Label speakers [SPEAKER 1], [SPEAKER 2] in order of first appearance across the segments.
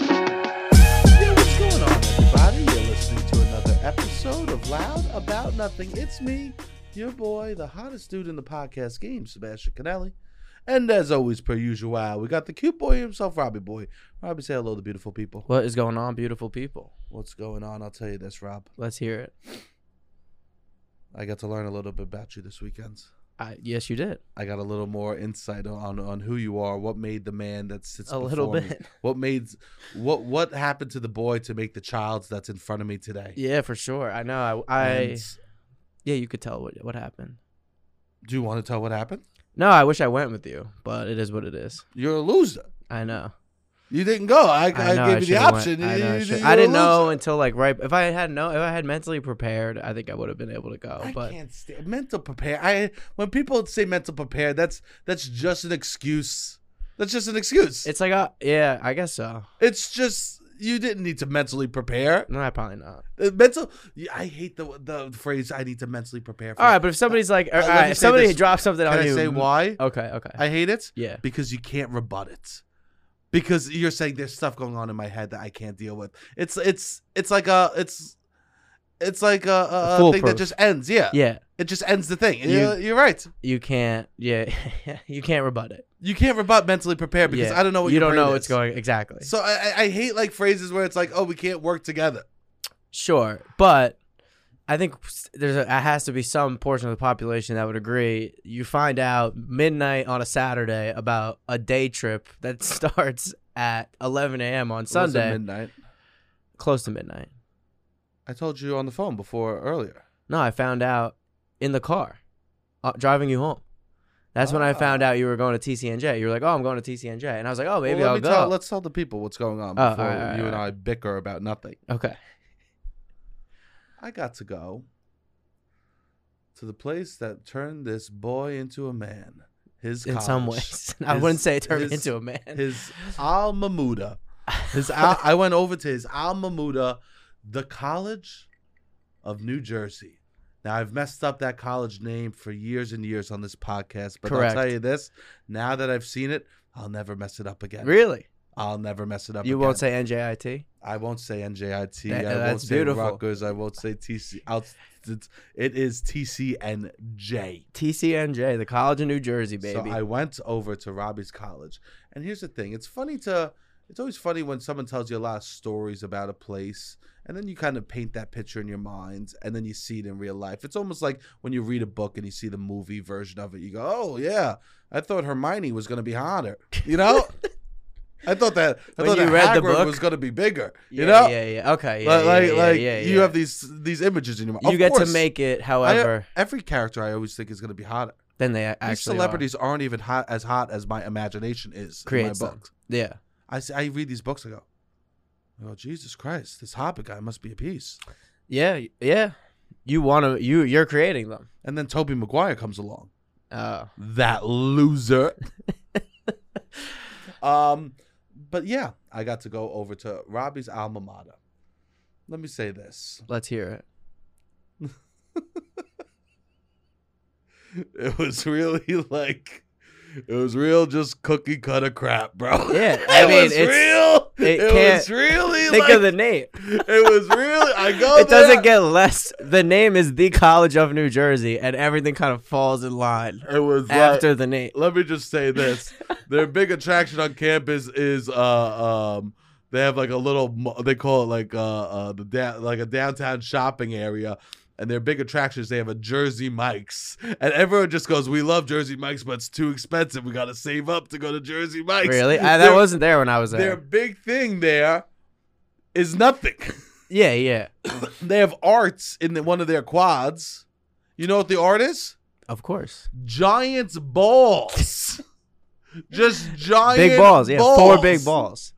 [SPEAKER 1] Yo, what's going on, everybody? You're listening to another episode of Loud About Nothing. It's me, your boy, the hottest dude in the podcast game, Sebastian Canelli. And as always, per usual, we got the cute boy himself, Robbie Boy. Robbie, say hello to beautiful people.
[SPEAKER 2] What is going on, beautiful people?
[SPEAKER 1] What's going on? I'll tell you this, Rob.
[SPEAKER 2] Let's hear it.
[SPEAKER 1] I got to learn a little bit about you this weekend.
[SPEAKER 2] I, yes, you did.
[SPEAKER 1] I got a little more insight on on who you are, what made the man that sits
[SPEAKER 2] A little
[SPEAKER 1] before me.
[SPEAKER 2] bit.
[SPEAKER 1] what made what what happened to the boy to make the child that's in front of me today.
[SPEAKER 2] Yeah, for sure. I know. I, I
[SPEAKER 1] And-
[SPEAKER 2] yeah, you could tell what what happened.
[SPEAKER 1] Do you want to tell what happened?
[SPEAKER 2] No, I wish I went with you, but it is what it is.
[SPEAKER 1] You're a loser.
[SPEAKER 2] I know.
[SPEAKER 1] You didn't go. I, I,
[SPEAKER 2] know
[SPEAKER 1] gave you the
[SPEAKER 2] should've went.
[SPEAKER 1] option.
[SPEAKER 2] I,
[SPEAKER 1] You-
[SPEAKER 2] know I,
[SPEAKER 1] you-
[SPEAKER 2] should-
[SPEAKER 1] you
[SPEAKER 2] I
[SPEAKER 1] were a
[SPEAKER 2] didn't know
[SPEAKER 1] loser.
[SPEAKER 2] until like right. If I had no, if I had mentally prepared, I think I would have been able to go.
[SPEAKER 1] I
[SPEAKER 2] but
[SPEAKER 1] can't stand mental prepare. I when people say mental prepare, that's that's just an excuse. That's just an excuse. It's
[SPEAKER 2] it's like, a, yeah, I guess so.
[SPEAKER 1] it's just you didn't need to mentally prepare.
[SPEAKER 2] No, I probably not.
[SPEAKER 1] Uh, Mental. I hate the the phrase. I need to mentally prepare. For
[SPEAKER 2] All right, but if somebody's like, all
[SPEAKER 1] let
[SPEAKER 2] right,
[SPEAKER 1] me
[SPEAKER 2] if
[SPEAKER 1] say
[SPEAKER 2] somebody
[SPEAKER 1] this.
[SPEAKER 2] drops something
[SPEAKER 1] Can
[SPEAKER 2] on
[SPEAKER 1] I
[SPEAKER 2] you,
[SPEAKER 1] say why?
[SPEAKER 2] Okay, okay,
[SPEAKER 1] I hate it.
[SPEAKER 2] yeah.
[SPEAKER 1] because you can't rebut it because you're saying there's stuff going on in my head that I can't deal with. It's it's it's like a it's it's like a, a, a thing that
[SPEAKER 2] Foolproof.
[SPEAKER 1] just ends. Yeah.
[SPEAKER 2] Yeah,
[SPEAKER 1] it just ends the thing.
[SPEAKER 2] You-
[SPEAKER 1] You, you're right.
[SPEAKER 2] you can't. Yeah, you can't rebut it.
[SPEAKER 1] You can't rebut mentally prepared because
[SPEAKER 2] Yeah.
[SPEAKER 1] I don't know what
[SPEAKER 2] you
[SPEAKER 1] your
[SPEAKER 2] don't
[SPEAKER 1] brain
[SPEAKER 2] know
[SPEAKER 1] is.
[SPEAKER 2] what's going exactly.
[SPEAKER 1] So I, I- I hate like phrases where it's like, oh, we can't work together.
[SPEAKER 2] Sure, but I think there's a, has to be some portion of the population that would agree. You find out midnight on a Saturday about a day trip that starts at 11 a.m. on Sunday,
[SPEAKER 1] midnight.
[SPEAKER 2] close to midnight.
[SPEAKER 1] I told you on the phone before earlier.
[SPEAKER 2] No, I found out in the car, uh, driving you home. That's
[SPEAKER 1] Ah.
[SPEAKER 2] when I found out you were going to TCNJ. You were like, "Oh, I'm going to TCNJ," and I was like, "Oh, maybe
[SPEAKER 1] Well, let
[SPEAKER 2] I'll
[SPEAKER 1] me
[SPEAKER 2] go."
[SPEAKER 1] Tell, let's tell the people what's going on
[SPEAKER 2] Oh,
[SPEAKER 1] before
[SPEAKER 2] all right, all right,
[SPEAKER 1] you and
[SPEAKER 2] all right.
[SPEAKER 1] I bicker about nothing.
[SPEAKER 2] okay.
[SPEAKER 1] I got to go to the place that turned this boy into a man. His
[SPEAKER 2] In some
[SPEAKER 1] college.
[SPEAKER 2] ways, I
[SPEAKER 1] His-
[SPEAKER 2] wouldn't say it turned me
[SPEAKER 1] his-
[SPEAKER 2] into a man.
[SPEAKER 1] His alma mater. His al- I went over to his alma mater, the College of New Jersey. Now I've messed up that college name for years and years on this podcast, but
[SPEAKER 2] Correct.
[SPEAKER 1] I'll tell you this: now that I've seen it, I'll never mess it up again.
[SPEAKER 2] really?
[SPEAKER 1] I'll never mess it up.
[SPEAKER 2] You
[SPEAKER 1] again.
[SPEAKER 2] won't say NJIT?
[SPEAKER 1] I won't say NJIT.
[SPEAKER 2] That- uh,
[SPEAKER 1] I won't
[SPEAKER 2] that's
[SPEAKER 1] say
[SPEAKER 2] beautiful.
[SPEAKER 1] Rutgers. I won't say TC. I'll, it's- it is TCNJ.
[SPEAKER 2] TCNJ, the College of New Jersey, baby.
[SPEAKER 1] So I went over to Robbie's college, and here's the thing: it's funny to. It's always funny when someone tells you a lot of stories about a place, and then you kind of paint that picture in your mind, and then you see it in real life. It's almost like when you read a book and you see the movie version of it. You go, "Oh yeah, I thought Hermione was going to be hotter," you know. I thought that I
[SPEAKER 2] When
[SPEAKER 1] thought
[SPEAKER 2] you
[SPEAKER 1] that
[SPEAKER 2] read the
[SPEAKER 1] Hagrid
[SPEAKER 2] book-
[SPEAKER 1] was going to be bigger,
[SPEAKER 2] yeah,
[SPEAKER 1] you know.
[SPEAKER 2] yeah, yeah. Okay, yeah,
[SPEAKER 1] Like,
[SPEAKER 2] yeah,
[SPEAKER 1] like,
[SPEAKER 2] yeah,
[SPEAKER 1] like
[SPEAKER 2] yeah,
[SPEAKER 1] you
[SPEAKER 2] yeah.
[SPEAKER 1] have these these images in your mind.
[SPEAKER 2] You
[SPEAKER 1] Of
[SPEAKER 2] get
[SPEAKER 1] course,
[SPEAKER 2] to make it,
[SPEAKER 1] I- uh,
[SPEAKER 2] however,
[SPEAKER 1] every character I always think is going to be hotter.
[SPEAKER 2] then they a- actually
[SPEAKER 1] These celebrities are. not even hot as hot as my imagination is
[SPEAKER 2] are, creates
[SPEAKER 1] in my
[SPEAKER 2] them.
[SPEAKER 1] books.
[SPEAKER 2] Yeah,
[SPEAKER 1] I s- I read these books. I go, oh Jesus Christ, this Hobbit guy must be a piece.
[SPEAKER 2] yeah, yeah. You want to? You you're creating them.
[SPEAKER 1] And then Toby Maguire comes along.
[SPEAKER 2] Uh,
[SPEAKER 1] That loser. um, but yeah, I got to go over to Robbie's alma mater. Let me say this:
[SPEAKER 2] let's hear it.
[SPEAKER 1] it was really like. It was real, just cookie cutter crap, bro.
[SPEAKER 2] Yeah, I
[SPEAKER 1] it
[SPEAKER 2] mean,
[SPEAKER 1] was
[SPEAKER 2] it's-
[SPEAKER 1] real.
[SPEAKER 2] it
[SPEAKER 1] was
[SPEAKER 2] can't-
[SPEAKER 1] really
[SPEAKER 2] Think
[SPEAKER 1] like Oh,
[SPEAKER 2] of the name.
[SPEAKER 1] It was really. I go.
[SPEAKER 2] It
[SPEAKER 1] there.
[SPEAKER 2] doesn't get less. The name is the College of New Jersey, and everything kind of falls in line
[SPEAKER 1] It was like-
[SPEAKER 2] after the name.
[SPEAKER 1] Let me just say this: their big attraction on campus is uh um they have like a little mo- they call it like uh, uh the da- like a downtown shopping area. And their big attraction is they have a Jersey Mike's, and everyone just goes, "We love Jersey Mike's, but it's too expensive. We got to save up to go to Jersey Mike's."
[SPEAKER 2] Really? I,
[SPEAKER 1] Their-
[SPEAKER 2] that wasn't there when I was
[SPEAKER 1] their
[SPEAKER 2] there.
[SPEAKER 1] big thing there is nothing.
[SPEAKER 2] Yeah, yeah.
[SPEAKER 1] They have arts in the, one of their quads. You know what the art is?
[SPEAKER 2] Of course.
[SPEAKER 1] Giants balls. Just giant
[SPEAKER 2] big balls. Yeah, four big balls.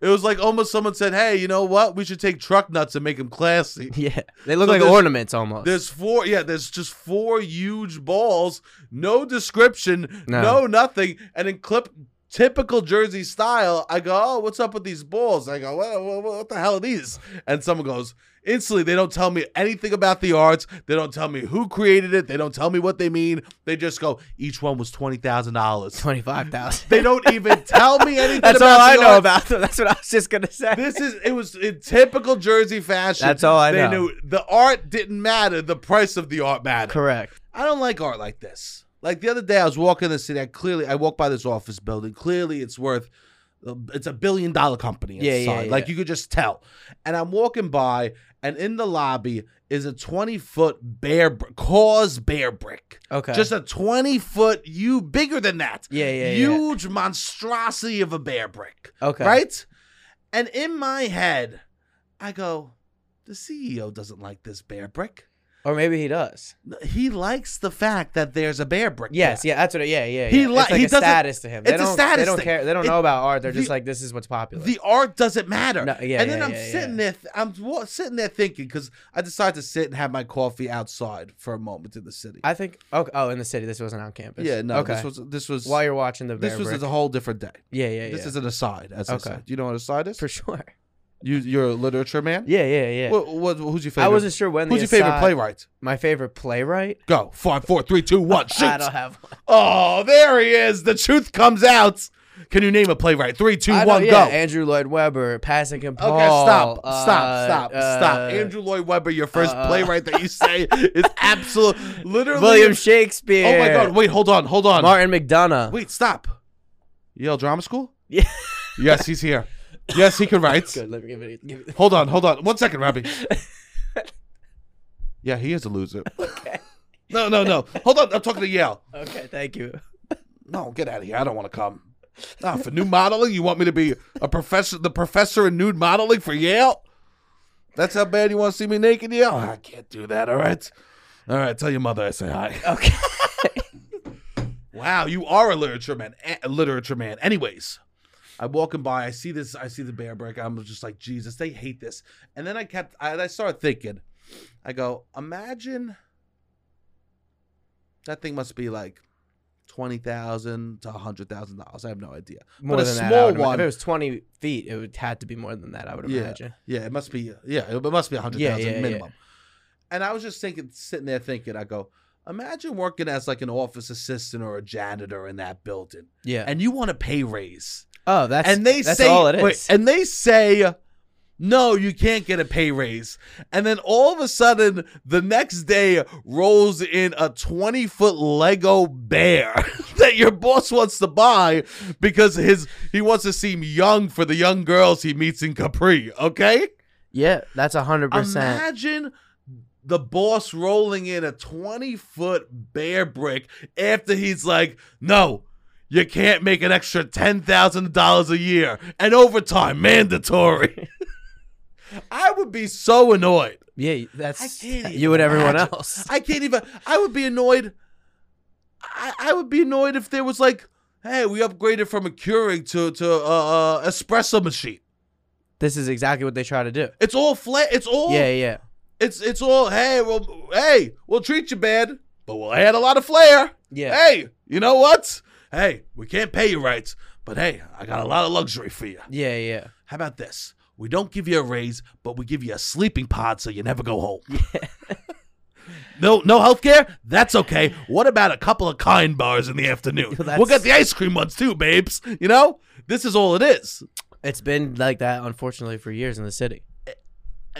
[SPEAKER 1] It was like almost someone said, "Hey, you know what? We should take truck nuts and make them classy."
[SPEAKER 2] Yeah, they look
[SPEAKER 1] So
[SPEAKER 2] like
[SPEAKER 1] there's-
[SPEAKER 2] ornaments almost.
[SPEAKER 1] There's four, yeah. There's just four huge balls, no description, no,
[SPEAKER 2] No.
[SPEAKER 1] nothing, and in clip typical Jersey style, I go, "Oh, what's up with these balls?" I go, "Well, well, well, what the hell are these?" And someone goes, "Instantly, they don't tell me anything about the arts. They don't tell me who created it. They don't tell me what they mean. They just go, each one was twenty thousand dollars.
[SPEAKER 2] Twenty-five thousand.
[SPEAKER 1] They don't even tell me anything.
[SPEAKER 2] That's all
[SPEAKER 1] about
[SPEAKER 2] I
[SPEAKER 1] the
[SPEAKER 2] know
[SPEAKER 1] art.
[SPEAKER 2] about them. That's what I was just gonna say.
[SPEAKER 1] This is it was in typical Jersey fashion.
[SPEAKER 2] That's all I
[SPEAKER 1] they
[SPEAKER 2] know.
[SPEAKER 1] Knew the art didn't matter. The price of the art mattered.
[SPEAKER 2] Correct.
[SPEAKER 1] I don't like art like this. Like the other day, I was walking the city. I clearly, I walked by this office building. Clearly, it's worth, uh, it's a billion dollar company.
[SPEAKER 2] Yeah,
[SPEAKER 1] inside.
[SPEAKER 2] yeah, yeah.
[SPEAKER 1] Like you could just tell. And I'm walking by, and in the lobby is a 20 foot bear, br- cause bear brick.
[SPEAKER 2] Okay.
[SPEAKER 1] Just a 20 foot, you bigger than that.
[SPEAKER 2] Yeah, yeah, yeah.
[SPEAKER 1] Huge monstrosity of a bear brick.
[SPEAKER 2] okay.
[SPEAKER 1] Right? And in my head, I go, the CEO doesn't like this bear brick.
[SPEAKER 2] Or maybe he does.
[SPEAKER 1] He likes the fact that there's a bear brick.
[SPEAKER 2] Yes.
[SPEAKER 1] there.
[SPEAKER 2] Yeah. That's what. It, yeah. Yeah.
[SPEAKER 1] He
[SPEAKER 2] yeah. it's
[SPEAKER 1] li-
[SPEAKER 2] like
[SPEAKER 1] he
[SPEAKER 2] a
[SPEAKER 1] doesn't-
[SPEAKER 2] status to him. They
[SPEAKER 1] it's a
[SPEAKER 2] don't,
[SPEAKER 1] status
[SPEAKER 2] They don't
[SPEAKER 1] thing.
[SPEAKER 2] care. They don't
[SPEAKER 1] It-
[SPEAKER 2] know about art. They're
[SPEAKER 1] the-
[SPEAKER 2] just like this is what's popular.
[SPEAKER 1] The art doesn't matter.
[SPEAKER 2] No, yeah,
[SPEAKER 1] and then
[SPEAKER 2] yeah,
[SPEAKER 1] I'm
[SPEAKER 2] yeah,
[SPEAKER 1] sitting
[SPEAKER 2] yeah.
[SPEAKER 1] there, th- I'm wa- sitting there thinking because I decided to sit and have my coffee outside for a moment in the city.
[SPEAKER 2] I think. Okay. Oh, in the city. This wasn't on campus.
[SPEAKER 1] yeah, no,
[SPEAKER 2] Okay.
[SPEAKER 1] this was this was
[SPEAKER 2] While you're watching the
[SPEAKER 1] this
[SPEAKER 2] bear
[SPEAKER 1] was
[SPEAKER 2] brick.
[SPEAKER 1] a whole different day.
[SPEAKER 2] yeah. Yeah.
[SPEAKER 1] This
[SPEAKER 2] yeah.
[SPEAKER 1] is an aside, as
[SPEAKER 2] Okay.
[SPEAKER 1] I said. You know what aside is?
[SPEAKER 2] for sure.
[SPEAKER 1] You, you're a literature man.
[SPEAKER 2] Yeah. Yeah. Yeah.
[SPEAKER 1] What, what, who's your
[SPEAKER 2] I
[SPEAKER 1] favorite?
[SPEAKER 2] wasn't sure when.
[SPEAKER 1] Who's
[SPEAKER 2] the
[SPEAKER 1] your favorite
[SPEAKER 2] aside-
[SPEAKER 1] playwright?
[SPEAKER 2] My favorite playwright.
[SPEAKER 1] Go five, four, three, two, one. Shoot.
[SPEAKER 2] I don't have one.
[SPEAKER 1] Oh, there he is. The truth comes out. Can you name a playwright? Three, two,
[SPEAKER 2] I know,
[SPEAKER 1] one,
[SPEAKER 2] yeah,
[SPEAKER 1] go.
[SPEAKER 2] Andrew Lloyd Webber, Passing and Paul.
[SPEAKER 1] Okay, stop,
[SPEAKER 2] uh,
[SPEAKER 1] stop, stop, stop.
[SPEAKER 2] uh,
[SPEAKER 1] Andrew Lloyd Webber, your first
[SPEAKER 2] uh,
[SPEAKER 1] playwright that you say is absolute, literally.
[SPEAKER 2] William Shakespeare.
[SPEAKER 1] Oh my God! Wait, hold on, hold on.
[SPEAKER 2] Martin McDonough.
[SPEAKER 1] Wait, stop. Yale Drama School.
[SPEAKER 2] Yeah.
[SPEAKER 1] Yes, he's here. Yes, he can write.
[SPEAKER 2] Good. Let me give it. Give it.
[SPEAKER 1] Hold on, hold on. One second, Robbie. yeah, he is a loser.
[SPEAKER 2] Okay.
[SPEAKER 1] No, no, no. Hold on. I'm talking to Yale.
[SPEAKER 2] Okay. Thank you.
[SPEAKER 1] No, get out of here. I don't want to come. Nah, for nude modeling, you want me to be a professor, the professor in nude modeling for Yale? That's how bad you want to see me naked, Yale? I can't do that. All right, all right. Tell your mother I say hi.
[SPEAKER 2] Okay.
[SPEAKER 1] Wow, you are a literature man. A literature man. Anyways, I walking by, I see this, I see the bear brick. I'm just like, Jesus, they hate this. And then I kept, I, I started thinking. I go, imagine that thing must be like twenty thousand to hundred thousand dollars. I have no idea.
[SPEAKER 2] More
[SPEAKER 1] but a
[SPEAKER 2] than
[SPEAKER 1] small
[SPEAKER 2] that. I would imagine.
[SPEAKER 1] one.
[SPEAKER 2] If it was 20 feet, it would had to be more than that. I would
[SPEAKER 1] Yeah.
[SPEAKER 2] imagine.
[SPEAKER 1] Yeah, it must be. Yeah, it must be a hundred
[SPEAKER 2] Yeah,
[SPEAKER 1] thousand
[SPEAKER 2] yeah, yeah.
[SPEAKER 1] minimum. And I was just thinking, sitting there thinking, I go, imagine working as like an office assistant or a janitor in that building,
[SPEAKER 2] Yeah.
[SPEAKER 1] and you want a pay raise,
[SPEAKER 2] oh, that's
[SPEAKER 1] and they
[SPEAKER 2] that's
[SPEAKER 1] say,
[SPEAKER 2] all it is.
[SPEAKER 1] wait, and they say. No, you can't get a pay raise. And then all of a sudden, the next day rolls in a 20 foot Lego bear that your boss wants to buy because his he wants to seem young for the young girls he meets in Capri, okay?
[SPEAKER 2] yeah, that's hundred percent.
[SPEAKER 1] Imagine the boss rolling in a 20 foot bear brick after he's like, no, you can't make an extra $10,000 a year and overtime mandatory. I would be so annoyed.
[SPEAKER 2] Yeah,
[SPEAKER 1] I
[SPEAKER 2] that's
[SPEAKER 1] can't
[SPEAKER 2] you and
[SPEAKER 1] even
[SPEAKER 2] everyone
[SPEAKER 1] imagine.
[SPEAKER 2] else.
[SPEAKER 1] I can't even, I would be annoyed. I, I would be annoyed if there was like, hey, we upgraded from a Keurig to, to uh, uh, espresso machine.
[SPEAKER 2] This is exactly what they try to do.
[SPEAKER 1] It's all flat. It's all
[SPEAKER 2] Yeah, yeah.
[SPEAKER 1] It's it's all hey, well, hey, we'll treat you bad, but we'll add a lot of flair.
[SPEAKER 2] Yeah.
[SPEAKER 1] Hey, you know what? Hey, we can't pay you right, but hey, I got a lot of luxury for you.
[SPEAKER 2] Yeah, yeah.
[SPEAKER 1] How about this? We don't give you a raise, but we give you a sleeping pod so you never go home. no, no health care? That's okay. What about a couple of kind bars in the afternoon?
[SPEAKER 2] Well,
[SPEAKER 1] we'll
[SPEAKER 2] that's-
[SPEAKER 1] get the ice cream ones too, babes. You know, this is all it is.
[SPEAKER 2] It's been like that, unfortunately, for years in the city.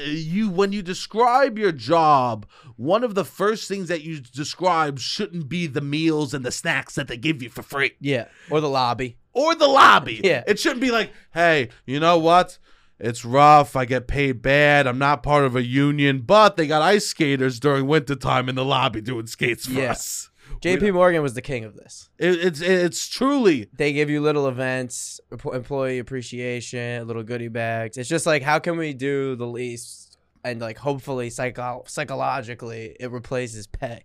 [SPEAKER 1] you when you describe your job, one of the first things that you describe shouldn't be the meals and the snacks that they give you for free
[SPEAKER 2] Yeah, or the lobby.
[SPEAKER 1] or the lobby.
[SPEAKER 2] Yeah.
[SPEAKER 1] It shouldn't be like, "Hey, you know what? It's rough. I get paid bad. I'm not part of a union, but they got ice skaters during wintertime in the lobby doing skates for
[SPEAKER 2] Yeah.
[SPEAKER 1] us."
[SPEAKER 2] J.P. Morgan was the king of this.
[SPEAKER 1] It, it's it's truly
[SPEAKER 2] They give you little events, empo- employee appreciation, little goodie bags. It's just like, how can we do the least and like hopefully psycho- psychologically it replaces pay.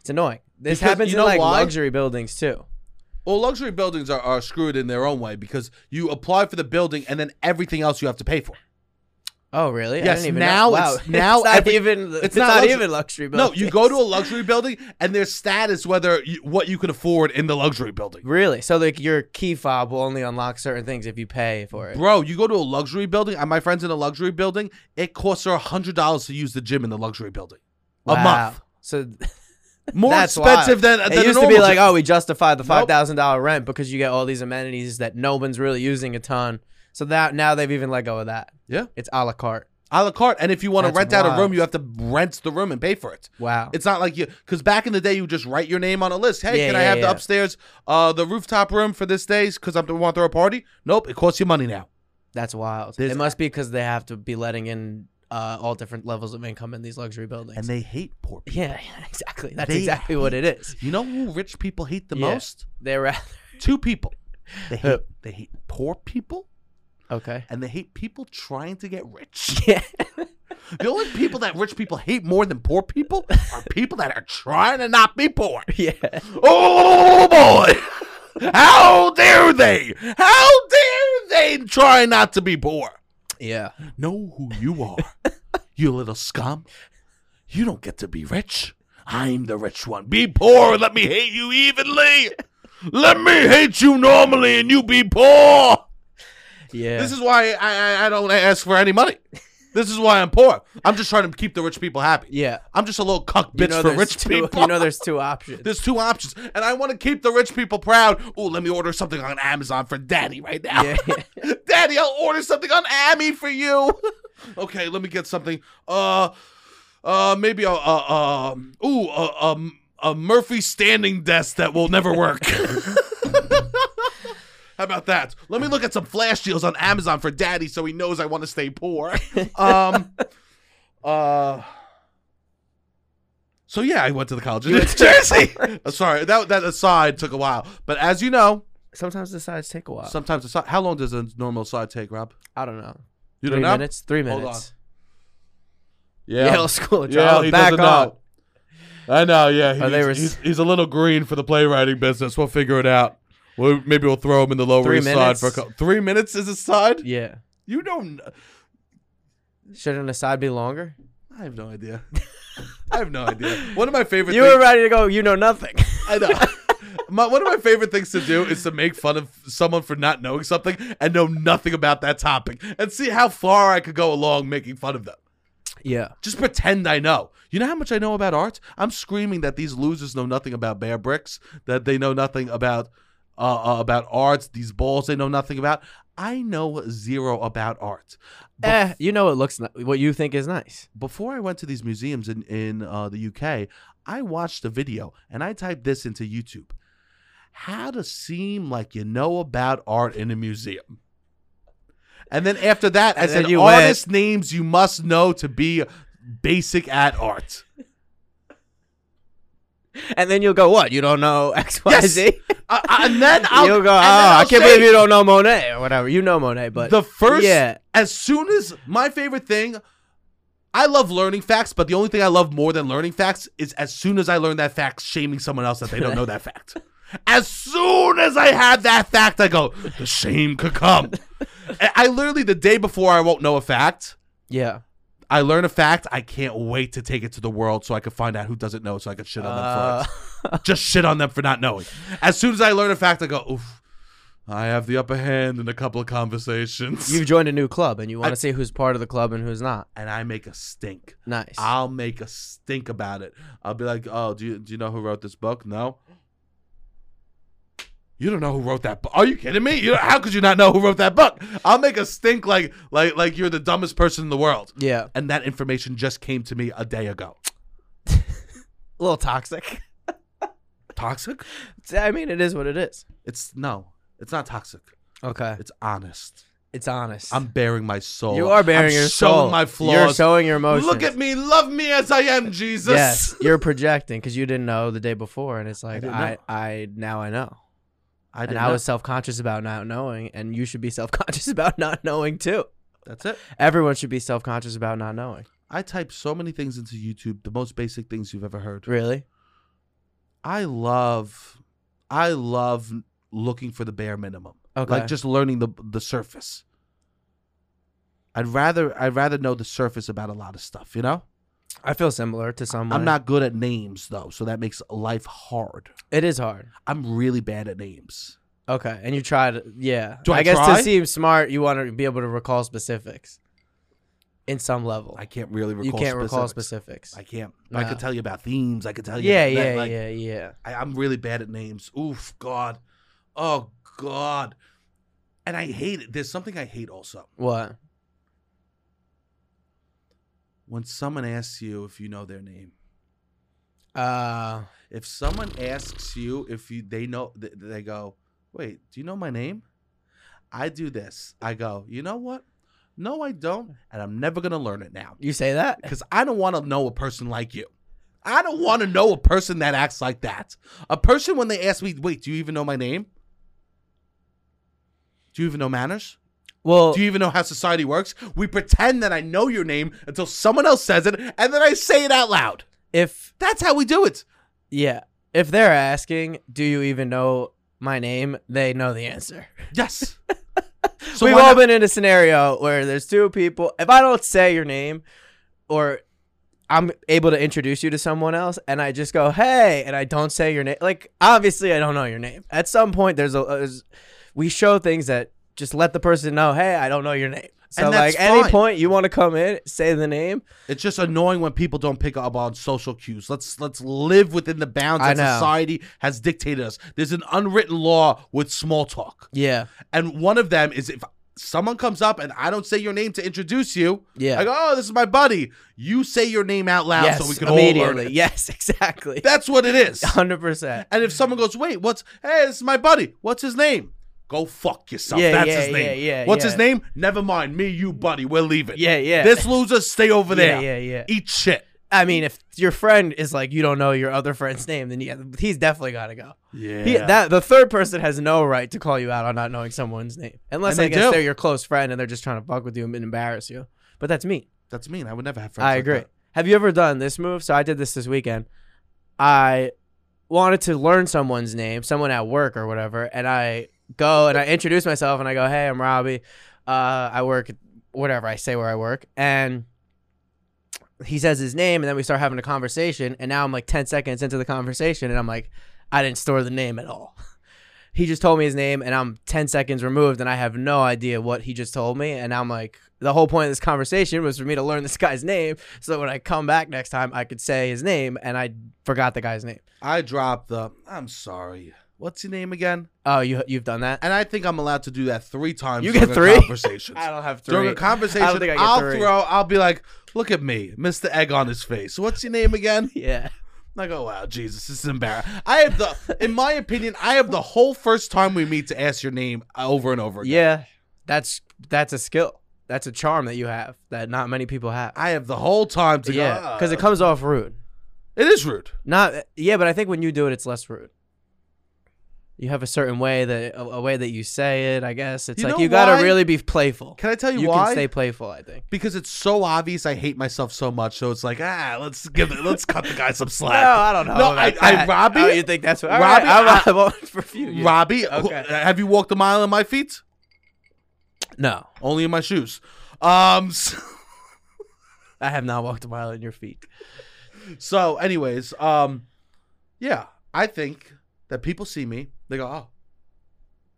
[SPEAKER 2] It's annoying. This
[SPEAKER 1] Because
[SPEAKER 2] happens
[SPEAKER 1] you
[SPEAKER 2] in
[SPEAKER 1] know
[SPEAKER 2] like
[SPEAKER 1] why?
[SPEAKER 2] luxury buildings too.
[SPEAKER 1] Well, luxury buildings are, are screwed in their own way because you apply for the building and then everything else you have to pay for.
[SPEAKER 2] Oh really? I
[SPEAKER 1] Yes,
[SPEAKER 2] didn't even
[SPEAKER 1] now
[SPEAKER 2] know. Wow.
[SPEAKER 1] it's- now
[SPEAKER 2] it's not
[SPEAKER 1] every-
[SPEAKER 2] even it's,
[SPEAKER 1] not
[SPEAKER 2] not,
[SPEAKER 1] luxury-
[SPEAKER 2] even luxury
[SPEAKER 1] No,
[SPEAKER 2] buildings.
[SPEAKER 1] you go to a luxury building and their status whether you, what you can afford in the luxury building.
[SPEAKER 2] Really? So like your key fob will only unlock certain things if you pay for it.
[SPEAKER 1] Bro, you go to a luxury building, and my friend's in a luxury building, it costs her $100 to use the gym in the luxury building. A
[SPEAKER 2] Wow.
[SPEAKER 1] month.
[SPEAKER 2] So
[SPEAKER 1] More
[SPEAKER 2] That's
[SPEAKER 1] expensive
[SPEAKER 2] wild.
[SPEAKER 1] than, than
[SPEAKER 2] it
[SPEAKER 1] a
[SPEAKER 2] used to
[SPEAKER 1] normal
[SPEAKER 2] be like,
[SPEAKER 1] gym.
[SPEAKER 2] oh, we justify the five
[SPEAKER 1] Nope.
[SPEAKER 2] thousand dollar rent because you get all these amenities that no one's really using a ton. So that now they've even let go of that.
[SPEAKER 1] Yeah.
[SPEAKER 2] It's a la carte.
[SPEAKER 1] a la carte. And if you want to
[SPEAKER 2] That's
[SPEAKER 1] rent out a room,
[SPEAKER 2] wild.
[SPEAKER 1] you have to rent the room and pay for it.
[SPEAKER 2] Wow.
[SPEAKER 1] It's not like you because back in the day you would just write your name on a list. Hey,
[SPEAKER 2] Yeah,
[SPEAKER 1] can I
[SPEAKER 2] yeah,
[SPEAKER 1] have the
[SPEAKER 2] yeah.
[SPEAKER 1] upstairs, uh, the rooftop room for this day? Because I'm want to throw a party. Nope, it costs you money now.
[SPEAKER 2] That's wild.
[SPEAKER 1] There's-
[SPEAKER 2] it must be because they have to be letting in uh, all different levels of income in these luxury buildings.
[SPEAKER 1] And they hate poor people.
[SPEAKER 2] yeah, yeah, exactly. That's
[SPEAKER 1] They
[SPEAKER 2] exactly what it is.
[SPEAKER 1] You know who rich people hate the
[SPEAKER 2] Yeah.
[SPEAKER 1] most?
[SPEAKER 2] They're rather
[SPEAKER 1] Two people. Uh, They
[SPEAKER 2] Who?
[SPEAKER 1] hate they hate poor people
[SPEAKER 2] okay.
[SPEAKER 1] and they hate people trying to get rich.
[SPEAKER 2] Yeah.
[SPEAKER 1] the only people that rich people hate more than poor people are people that are trying to not be poor.
[SPEAKER 2] yeah.
[SPEAKER 1] Oh boy! How dare they? How dare they try not to be poor?
[SPEAKER 2] Yeah.
[SPEAKER 1] Know who you are, you little scum. You don't get to be rich. I'm the rich one. Be poor. Let me hate you evenly. Let me hate you normally, and you be poor.
[SPEAKER 2] Yeah.
[SPEAKER 1] This is why I, I, I don't ask for any money. This is why I'm poor. I'm just trying to keep the rich people happy.
[SPEAKER 2] yeah.
[SPEAKER 1] I'm just a little cuck
[SPEAKER 2] You
[SPEAKER 1] bitch
[SPEAKER 2] know
[SPEAKER 1] for
[SPEAKER 2] there's
[SPEAKER 1] rich
[SPEAKER 2] two,
[SPEAKER 1] people.
[SPEAKER 2] You know there's two options.
[SPEAKER 1] There's two options, and I want to keep the rich people proud. Oh, let me order something on Amazon for Daddy right now.
[SPEAKER 2] Yeah,
[SPEAKER 1] Daddy, I'll order something on Ami for you. okay, let me get something. Uh, uh, maybe a uh, um, ooh, a um, a Murphy standing desk that will never work. How about that? Let me look at some flash deals on Amazon for Daddy, so he knows I want to stay poor. um, uh. So yeah, I went to the college. It's Jersey. Uh, Sorry, that that aside took a while, but as you know,
[SPEAKER 2] Sometimes the sides take a while.
[SPEAKER 1] sometimes aside, how long does a normal aside take, Rob?
[SPEAKER 2] I don't know.
[SPEAKER 1] You
[SPEAKER 2] three
[SPEAKER 1] don't know?
[SPEAKER 2] minutes. Three
[SPEAKER 1] Hold
[SPEAKER 2] minutes.
[SPEAKER 1] Yeah,
[SPEAKER 2] Yale School. of
[SPEAKER 1] Yeah,
[SPEAKER 2] Drama,
[SPEAKER 1] he
[SPEAKER 2] back
[SPEAKER 1] doesn't
[SPEAKER 2] up.
[SPEAKER 1] know. I know. Yeah, he's,
[SPEAKER 2] they were s-
[SPEAKER 1] he's, he's a little green for the playwriting business. We'll figure it out. We'll, maybe we'll throw him in the lower
[SPEAKER 2] Three
[SPEAKER 1] east side for a
[SPEAKER 2] minutes?
[SPEAKER 1] cou- three minutes is a side.
[SPEAKER 2] Yeah.
[SPEAKER 1] You don't.
[SPEAKER 2] Shouldn't a side be longer?
[SPEAKER 1] I have no idea. I have no idea. One of my favorite.
[SPEAKER 2] You
[SPEAKER 1] things-
[SPEAKER 2] were ready to go. You know nothing.
[SPEAKER 1] I know. My, one of my favorite things to do is to make fun of someone for not knowing something and know nothing about that topic and see how far I could go along making fun of them.
[SPEAKER 2] yeah.
[SPEAKER 1] Just pretend I know. You know how much I know about art? I'm screaming that these losers know nothing about bear bricks, that they know nothing about uh, uh, about art, these balls they know nothing about. I know zero about art. Bef-
[SPEAKER 2] Eh, you know what looks ni- what you think is nice.
[SPEAKER 1] before I went to these museums in in uh, the UK, I watched a video and I typed this into YouTube: "How to seem like you know about art in a museum." And then after that, I
[SPEAKER 2] And then
[SPEAKER 1] said,
[SPEAKER 2] you went-
[SPEAKER 1] "Artist names you must know to be basic at art."
[SPEAKER 2] And then you'll go, what? You don't know X, Y,
[SPEAKER 1] Yes.
[SPEAKER 2] Z?
[SPEAKER 1] I- I- Uh, and then I'll
[SPEAKER 2] you'll go, oh,
[SPEAKER 1] and then
[SPEAKER 2] I
[SPEAKER 1] I'll
[SPEAKER 2] can't
[SPEAKER 1] say-
[SPEAKER 2] believe you don't know Monet or whatever. You know Monet, but
[SPEAKER 1] the first
[SPEAKER 2] yeah,
[SPEAKER 1] as soon as my favorite thing I love learning facts, but the only thing I love more than learning facts is as soon as I learn that fact, shaming someone else that they don't know that fact. As soon as I have that fact, I go, the shame could come. I I literally, the day before I won't know a fact,
[SPEAKER 2] yeah.
[SPEAKER 1] I learn a fact. I can't wait to take it to the world so I can find out who doesn't know so I can shit on them for it
[SPEAKER 2] Uh,
[SPEAKER 1] just shit on them for not knowing. As soon as I learn a fact, I go, oof, I have the upper hand in a couple of conversations.
[SPEAKER 2] you've joined a new club, and you want to see who's part of the club and who's not.
[SPEAKER 1] and I make a stink.
[SPEAKER 2] Nice.
[SPEAKER 1] I'll make a stink about it. I'll be like, oh, do you, do you know who wrote this book? No. You don't know who wrote that book. Are you kidding me? You how could you not know who wrote that book? I'll make a stink like like like you're the dumbest person in the world.
[SPEAKER 2] yeah,
[SPEAKER 1] And that information just came to me a day ago.
[SPEAKER 2] a little toxic.
[SPEAKER 1] Toxic?
[SPEAKER 2] I mean, it is what it is.
[SPEAKER 1] It's no. It's not toxic.
[SPEAKER 2] Okay,
[SPEAKER 1] It's honest.
[SPEAKER 2] it's honest.
[SPEAKER 1] I'm bearing my soul.
[SPEAKER 2] you are bearing
[SPEAKER 1] I'm
[SPEAKER 2] your
[SPEAKER 1] showing
[SPEAKER 2] soul.
[SPEAKER 1] my flaws.
[SPEAKER 2] You're showing your emotions.
[SPEAKER 1] Look at me, love me as I am, Jesus.
[SPEAKER 2] Yes, you're projecting because you didn't know the day before, and it's like
[SPEAKER 1] didn't
[SPEAKER 2] I,
[SPEAKER 1] know.
[SPEAKER 2] I, now I know,
[SPEAKER 1] I
[SPEAKER 2] and
[SPEAKER 1] did
[SPEAKER 2] I was self conscious about not knowing, and you should be self conscious about not knowing too.
[SPEAKER 1] That's it.
[SPEAKER 2] Everyone should be self conscious about not knowing.
[SPEAKER 1] I type so many things into YouTube, the most basic things you've ever heard.
[SPEAKER 2] Really?
[SPEAKER 1] I love, I love looking for the bare minimum.
[SPEAKER 2] Okay.
[SPEAKER 1] Like just learning the the surface. I'd rather I'd rather know the surface about a lot of stuff. You know,
[SPEAKER 2] I feel similar to someone.
[SPEAKER 1] I'm not good at names though, so that makes life hard.
[SPEAKER 2] It is hard.
[SPEAKER 1] I'm really bad at names.
[SPEAKER 2] Okay, and you try to yeah.
[SPEAKER 1] Do I
[SPEAKER 2] guess
[SPEAKER 1] try?
[SPEAKER 2] to seem smart, you want to be able to recall specifics. In some level,
[SPEAKER 1] I can't really recall.
[SPEAKER 2] you can't recall
[SPEAKER 1] specifics.
[SPEAKER 2] specifics.
[SPEAKER 1] I can't. I
[SPEAKER 2] Nah.
[SPEAKER 1] could tell you about themes. I could tell you.
[SPEAKER 2] yeah,
[SPEAKER 1] about that,
[SPEAKER 2] yeah,
[SPEAKER 1] like,
[SPEAKER 2] yeah, yeah.
[SPEAKER 1] I, I'm really bad at names. Oof, God. Oh, God. And I hate it. There's something I hate also.
[SPEAKER 2] What?
[SPEAKER 1] When someone asks you if you know their name,
[SPEAKER 2] Uh,
[SPEAKER 1] if someone asks you if you they know, th- they go, "Wait, do you know my name?" I do this. I go, "You know what? No, I don't, and I'm never gonna learn it now
[SPEAKER 2] you say that?
[SPEAKER 1] because I don't want to know a person like you." I don't want to know a person that acts like that. A person when they ask me, "Wait, do you even know my name? Do you even know manners?"
[SPEAKER 2] Well,
[SPEAKER 1] Do you even know how society works? We pretend that I know your name until someone else says it, and then I say it out loud.
[SPEAKER 2] if
[SPEAKER 1] That's how we do it.
[SPEAKER 2] yeah, if they're asking, do you even know my name? They know the answer.
[SPEAKER 1] Yes.
[SPEAKER 2] So
[SPEAKER 1] so
[SPEAKER 2] we've
[SPEAKER 1] why
[SPEAKER 2] all
[SPEAKER 1] not-
[SPEAKER 2] been in a scenario where there's two people. If I don't say your name, or I'm able to introduce you to someone else, and I just go, "Hey," and I don't say your name. Like obviously, I don't know your name. At some point, there's a there's, we show things that just let the person know, "Hey, I don't know your name." So
[SPEAKER 1] And that's
[SPEAKER 2] like any
[SPEAKER 1] fine.
[SPEAKER 2] point you want to come in, say the name.
[SPEAKER 1] It's just annoying when people don't pick up on social cues. Let's let's live within the bounds
[SPEAKER 2] I
[SPEAKER 1] that
[SPEAKER 2] know.
[SPEAKER 1] society has dictated us. There's an unwritten law with small talk,
[SPEAKER 2] Yeah,
[SPEAKER 1] and one of them is if someone comes up and I don't say your name to introduce you,
[SPEAKER 2] yeah.
[SPEAKER 1] I go, "Oh, this is my buddy." You say your name out loud
[SPEAKER 2] yes,
[SPEAKER 1] so we can all
[SPEAKER 2] immediately.
[SPEAKER 1] learn it.
[SPEAKER 2] Yes, exactly.
[SPEAKER 1] That's what it is.
[SPEAKER 2] Hundred percent.
[SPEAKER 1] And if someone goes, wait, what's hey, this is my buddy. What's his name? Go fuck yourself.
[SPEAKER 2] Yeah,
[SPEAKER 1] That's
[SPEAKER 2] yeah,
[SPEAKER 1] his name.
[SPEAKER 2] yeah, yeah,
[SPEAKER 1] What's
[SPEAKER 2] yeah.
[SPEAKER 1] his name? Never mind. Me, you, buddy. We're leaving.
[SPEAKER 2] Yeah, yeah.
[SPEAKER 1] This loser, stay over
[SPEAKER 2] yeah,
[SPEAKER 1] there.
[SPEAKER 2] yeah, yeah.
[SPEAKER 1] Eat shit.
[SPEAKER 2] I mean, if your friend is like you don't know your other friend's name, then yeah, he's definitely got to go.
[SPEAKER 1] Yeah.
[SPEAKER 2] He, that the third person has no right to call you out on not knowing someone's name, unless
[SPEAKER 1] And
[SPEAKER 2] I
[SPEAKER 1] they
[SPEAKER 2] guess
[SPEAKER 1] do.
[SPEAKER 2] they're your close friend and they're just trying to fuck with you and embarrass you. But that's me.
[SPEAKER 1] That's mean. I would never have friends.
[SPEAKER 2] I
[SPEAKER 1] like
[SPEAKER 2] agree.
[SPEAKER 1] that.
[SPEAKER 2] Have you ever done this move? So I did this this weekend. I wanted to learn someone's name, someone at work or whatever, and I go and I introduce myself and I go, "Hey, I'm Robbie. Uh, I work at whatever. I say where I work." And he says his name, and then we start having a conversation. And now I'm like ten seconds into the conversation, and I'm like, I didn't store the name at all. He just told me his name, and I'm ten seconds removed, and I have no idea what he just told me. And I'm like, the whole point of this conversation was for me to learn this guy's name, so that when I come back next time, I could say his name, and I forgot the guy's name.
[SPEAKER 1] I dropped the I'm sorry. What's your name again?
[SPEAKER 2] Oh, you you've done that?
[SPEAKER 1] And I think I'm allowed to do that three times.
[SPEAKER 2] You get
[SPEAKER 1] during a
[SPEAKER 2] three?
[SPEAKER 1] conversations.
[SPEAKER 2] I don't have three.
[SPEAKER 1] During a
[SPEAKER 2] I don't
[SPEAKER 1] conversation,
[SPEAKER 2] think I get
[SPEAKER 1] I'll
[SPEAKER 2] three.
[SPEAKER 1] throw. I'll be like, "Look at me, Mr. Egg on his face. What's your name again?"
[SPEAKER 2] yeah.
[SPEAKER 1] Like, oh wow, Jesus, this is embarrassing. I have the, in my opinion, I have the whole first time we meet to ask your name over and over again.
[SPEAKER 2] Yeah. That's that's a skill. That's a charm that you have that not many people have.
[SPEAKER 1] I have the whole time to go.
[SPEAKER 2] yeah, because it
[SPEAKER 1] "Ah."
[SPEAKER 2] comes off rude.
[SPEAKER 1] it is rude.
[SPEAKER 2] Not yeah, but I think when you do it, it's less rude. You have a certain way that a, a way that you say it. I guess it's
[SPEAKER 1] You
[SPEAKER 2] like
[SPEAKER 1] know
[SPEAKER 2] you gotta
[SPEAKER 1] why?
[SPEAKER 2] really be playful.
[SPEAKER 1] Can I tell you,
[SPEAKER 2] you
[SPEAKER 1] why?
[SPEAKER 2] can stay playful. I think.
[SPEAKER 1] because it's so obvious. I hate myself so much. So it's like, ah, let's give it. Let's cut the guy some
[SPEAKER 2] No,
[SPEAKER 1] slack.
[SPEAKER 2] I don't know.
[SPEAKER 1] No,
[SPEAKER 2] about
[SPEAKER 1] I- I-
[SPEAKER 2] that.
[SPEAKER 1] Robbie-
[SPEAKER 2] Oh, you think that's what? all
[SPEAKER 1] Robbie,
[SPEAKER 2] right, I'm,
[SPEAKER 1] I-
[SPEAKER 2] I'm on for a few. years.
[SPEAKER 1] Robbie, who-
[SPEAKER 2] Okay.
[SPEAKER 1] have you walked a mile in my feet?
[SPEAKER 2] no,
[SPEAKER 1] Only in my shoes. Um. So,
[SPEAKER 2] I have not walked a mile in your feet.
[SPEAKER 1] so anyways, um, yeah, I think that people see me. They go, oh,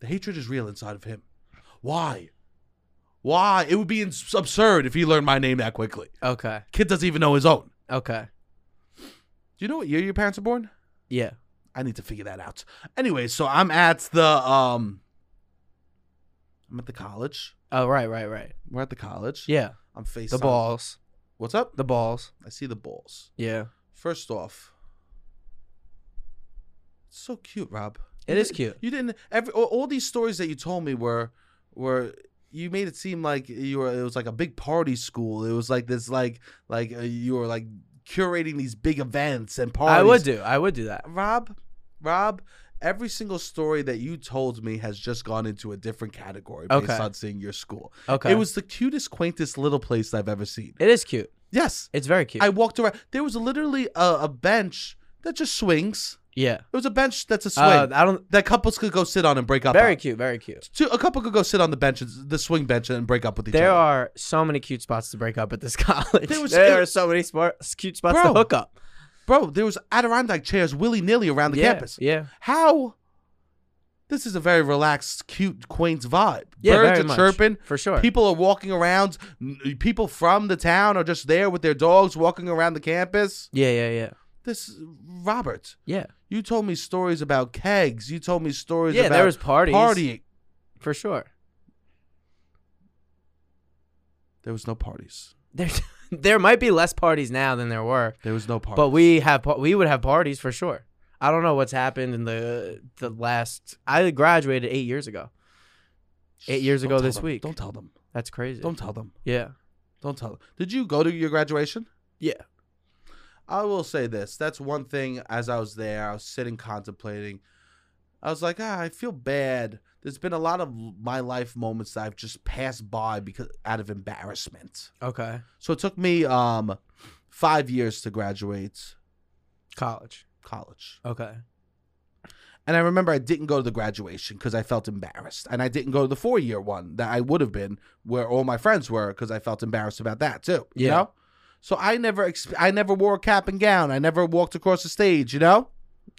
[SPEAKER 1] the hatred is real inside of him. Why? Why? It would be ins- absurd if he learned my name that quickly.
[SPEAKER 2] Okay,
[SPEAKER 1] Kid doesn't even know his own.
[SPEAKER 2] okay,
[SPEAKER 1] Do you know what year your parents were born?
[SPEAKER 2] yeah.
[SPEAKER 1] I need to figure that out. Anyway, so I'm at the um I'm at the college.
[SPEAKER 2] Oh, right, right, right.
[SPEAKER 1] We're at the college.
[SPEAKER 2] Yeah,
[SPEAKER 1] I'm facing
[SPEAKER 2] the balls,
[SPEAKER 1] What's up?
[SPEAKER 2] the balls.
[SPEAKER 1] I see the balls.
[SPEAKER 2] Yeah,
[SPEAKER 1] First off, it's so cute, Rob.
[SPEAKER 2] it is cute.
[SPEAKER 1] You didn't every all, all these stories that you told me were were you made it seem like you were it was like a big party school. It was like this like like uh, you were like curating these big events and parties.
[SPEAKER 2] I would do. I would do that.
[SPEAKER 1] Rob, Rob, every single story that you told me has just gone into a different category based
[SPEAKER 2] Okay.
[SPEAKER 1] on seeing your school.
[SPEAKER 2] Okay.
[SPEAKER 1] It was the cutest, quaintest little place I've ever seen.
[SPEAKER 2] It is cute.
[SPEAKER 1] Yes,
[SPEAKER 2] It's very cute.
[SPEAKER 1] I walked around. There was literally a, a bench that just swings.
[SPEAKER 2] yeah.
[SPEAKER 1] There was a bench that's a swing
[SPEAKER 2] Uh, I don't.
[SPEAKER 1] that couples could go sit on and break up.
[SPEAKER 2] Very
[SPEAKER 1] on.
[SPEAKER 2] cute. Very cute.
[SPEAKER 1] Two, a couple could go sit on the bench, the swing bench, and break up with each
[SPEAKER 2] There
[SPEAKER 1] other.
[SPEAKER 2] are so many cute spots to break up at this college.
[SPEAKER 1] There
[SPEAKER 2] There,
[SPEAKER 1] was-
[SPEAKER 2] are so many smart, cute spots
[SPEAKER 1] Bro,
[SPEAKER 2] to hook up.
[SPEAKER 1] Bro, there was Adirondack chairs willy nilly around the
[SPEAKER 2] yeah,
[SPEAKER 1] campus.
[SPEAKER 2] Yeah.
[SPEAKER 1] How? This is a very relaxed, cute, quaint vibe.
[SPEAKER 2] Yeah.
[SPEAKER 1] Birds
[SPEAKER 2] very
[SPEAKER 1] are
[SPEAKER 2] much,
[SPEAKER 1] chirping.
[SPEAKER 2] for sure.
[SPEAKER 1] People are walking around. N- People from the town are just there with their dogs walking around the campus.
[SPEAKER 2] Yeah. Yeah. Yeah.
[SPEAKER 1] This Robert,
[SPEAKER 2] Yeah.
[SPEAKER 1] you told me stories about kegs. You told me stories
[SPEAKER 2] Yeah.
[SPEAKER 1] about
[SPEAKER 2] There was parties.
[SPEAKER 1] partying.
[SPEAKER 2] for sure.
[SPEAKER 1] There was no parties.
[SPEAKER 2] There, there might be less parties now than there were,
[SPEAKER 1] There was no parties.
[SPEAKER 2] but we have par- we would have parties for sure. I don't know what's happened in the the last. I graduated eight years ago. eight years
[SPEAKER 1] Don't
[SPEAKER 2] ago
[SPEAKER 1] tell
[SPEAKER 2] this
[SPEAKER 1] them.
[SPEAKER 2] week.
[SPEAKER 1] Don't tell them.
[SPEAKER 2] That's crazy.
[SPEAKER 1] Don't tell them.
[SPEAKER 2] yeah.
[SPEAKER 1] Don't tell them. Did you go to your graduation?
[SPEAKER 2] Yeah.
[SPEAKER 1] I will say this. That's one thing as I was there, I was sitting contemplating. I was like, ah, I feel bad. There's been a lot of my life moments that I've just passed by because out of embarrassment.
[SPEAKER 2] Okay.
[SPEAKER 1] So it took me um five years to graduate
[SPEAKER 2] College.
[SPEAKER 1] college.
[SPEAKER 2] Okay.
[SPEAKER 1] And I remember I didn't go to the graduation because I felt embarrassed. And I didn't go to the four year one that I would have been where all my friends were because I felt embarrassed about that too. You
[SPEAKER 2] Yeah.
[SPEAKER 1] know? So I never exp- I never wore a cap and gown. I never walked across the stage, you know?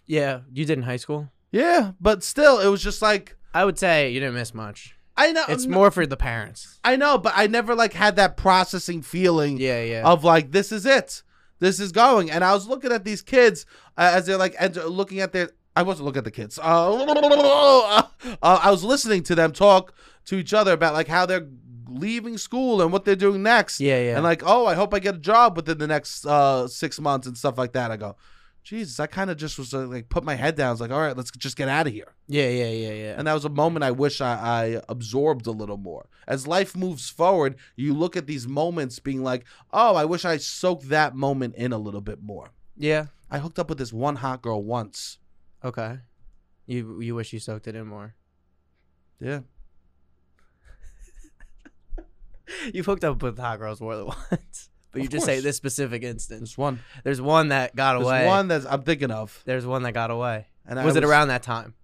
[SPEAKER 2] Yeah. You did in high school.
[SPEAKER 1] Yeah, but still, it was just like
[SPEAKER 2] I would say you didn't miss much.
[SPEAKER 1] I know.
[SPEAKER 2] It's
[SPEAKER 1] n-
[SPEAKER 2] more for the parents.
[SPEAKER 1] I know, but I never like had that processing feeling
[SPEAKER 2] Yeah. Yeah.
[SPEAKER 1] of like this is it, this is going. And I was looking at these kids uh, as they're like enter, looking at their. I wasn't looking at the kids. Uh, uh, I was listening to them talk to each other about like how they're leaving school and what they're doing next.
[SPEAKER 2] Yeah, yeah.
[SPEAKER 1] And like, oh, I hope I get a job within the next uh, six months and stuff like that. I go, Jesus, I kind of just was uh, like put my head down. I was like, all right, let's just get out of here.
[SPEAKER 2] yeah. Yeah. Yeah. Yeah.
[SPEAKER 1] And that was a moment I wish I, I absorbed a little more. As life moves forward, you look at these moments being like, oh, I wish I soaked that moment in a little bit more.
[SPEAKER 2] yeah.
[SPEAKER 1] I hooked up with this one hot girl once.
[SPEAKER 2] Okay. You you wish you soaked it in more.
[SPEAKER 1] Yeah.
[SPEAKER 2] You've hooked up with hot girls more than once, but you
[SPEAKER 1] Of
[SPEAKER 2] just say
[SPEAKER 1] course.
[SPEAKER 2] this specific instance.
[SPEAKER 1] This one.
[SPEAKER 2] There's one that got
[SPEAKER 1] There's
[SPEAKER 2] away.
[SPEAKER 1] one that I'm thinking of.
[SPEAKER 2] There's one that got away.
[SPEAKER 1] And
[SPEAKER 2] was
[SPEAKER 1] I
[SPEAKER 2] it around that time?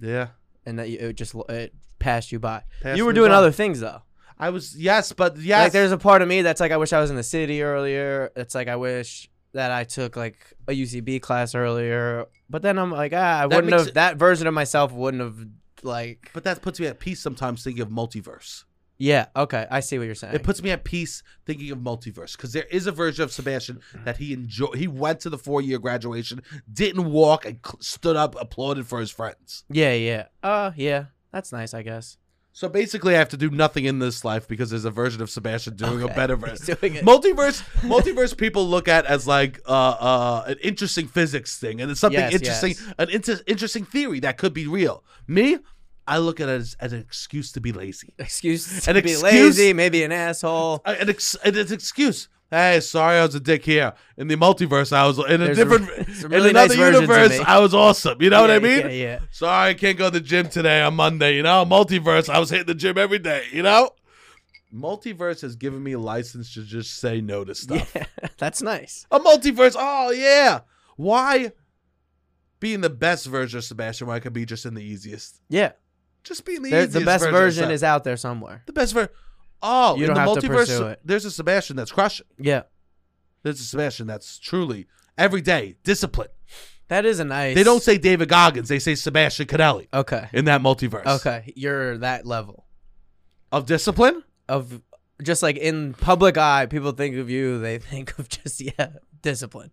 [SPEAKER 1] Yeah.
[SPEAKER 2] And that you, it just it passed you by.
[SPEAKER 1] Passed
[SPEAKER 2] you were
[SPEAKER 1] me
[SPEAKER 2] doing
[SPEAKER 1] by.
[SPEAKER 2] other things though.
[SPEAKER 1] I was, yes, but yes.
[SPEAKER 2] Like there's a part of me that's like I wish I was in the city earlier. It's like I wish that I took like a UCB class earlier. But then I'm like ah, I wouldn't
[SPEAKER 1] makes
[SPEAKER 2] have
[SPEAKER 1] it-
[SPEAKER 2] that version of myself wouldn't have like.
[SPEAKER 1] but that puts me at peace sometimes thinking of multiverse.
[SPEAKER 2] yeah, okay, I see what you're saying.
[SPEAKER 1] It puts me at peace thinking of multiverse because there is a version of Sebastian
[SPEAKER 2] Mm.
[SPEAKER 1] that he enjoyed. He went to the four year graduation, didn't walk, and cl- stood up, applauded for his friends.
[SPEAKER 2] yeah, yeah, uh, yeah. That's nice, I guess.
[SPEAKER 1] So basically, I have to do nothing in this life because there's a version of Sebastian doing a
[SPEAKER 2] Okay.
[SPEAKER 1] better
[SPEAKER 2] He's
[SPEAKER 1] version.
[SPEAKER 2] doing it.
[SPEAKER 1] Multiverse, multiverse people look at as like uh, uh, an interesting physics thing, and it's something
[SPEAKER 2] Yes,
[SPEAKER 1] interesting,
[SPEAKER 2] yes.
[SPEAKER 1] an inter- interesting theory that could be real. Me, I look at it as, as an excuse to be lazy,
[SPEAKER 2] excuse to
[SPEAKER 1] An
[SPEAKER 2] be
[SPEAKER 1] excuse-
[SPEAKER 2] lazy, maybe an asshole.
[SPEAKER 1] Uh, an ex- and it's an excuse. Hey, sorry, I was a dick here. In the multiverse, I was in a
[SPEAKER 2] There's a-
[SPEAKER 1] different,
[SPEAKER 2] some
[SPEAKER 1] in
[SPEAKER 2] really
[SPEAKER 1] another
[SPEAKER 2] nice versions of
[SPEAKER 1] universe,
[SPEAKER 2] me.
[SPEAKER 1] I was awesome. You know what I
[SPEAKER 2] Yeah,
[SPEAKER 1] mean?
[SPEAKER 2] Yeah, yeah.
[SPEAKER 1] Sorry, I can't go to the gym today on Monday. You know, multiverse. I was hitting the gym every day. You know, multiverse has given me a license to just say no to stuff.
[SPEAKER 2] Yeah, that's nice.
[SPEAKER 1] A multiverse. Oh yeah. Why be in the best version of Sebastian when I could be just in the easiest?
[SPEAKER 2] Yeah,
[SPEAKER 1] Just be in the
[SPEAKER 2] there-
[SPEAKER 1] easiest.
[SPEAKER 2] the best
[SPEAKER 1] version, of
[SPEAKER 2] version
[SPEAKER 1] Seb-
[SPEAKER 2] is out there somewhere.
[SPEAKER 1] the best version. Oh,
[SPEAKER 2] You
[SPEAKER 1] in
[SPEAKER 2] don't
[SPEAKER 1] the
[SPEAKER 2] have to
[SPEAKER 1] multiverse,
[SPEAKER 2] pursue it.
[SPEAKER 1] there's a Sebastian that's crushing.
[SPEAKER 2] Yeah,
[SPEAKER 1] There's a Sebastian that's truly every day discipline.
[SPEAKER 2] that is a nice.
[SPEAKER 1] They don't say David Goggins. They say Sebastian Canelli
[SPEAKER 2] Okay,
[SPEAKER 1] in that multiverse.
[SPEAKER 2] okay. You're that level
[SPEAKER 1] Of discipline.
[SPEAKER 2] of just like in public eye, people think of you. They think of just yeah, discipline.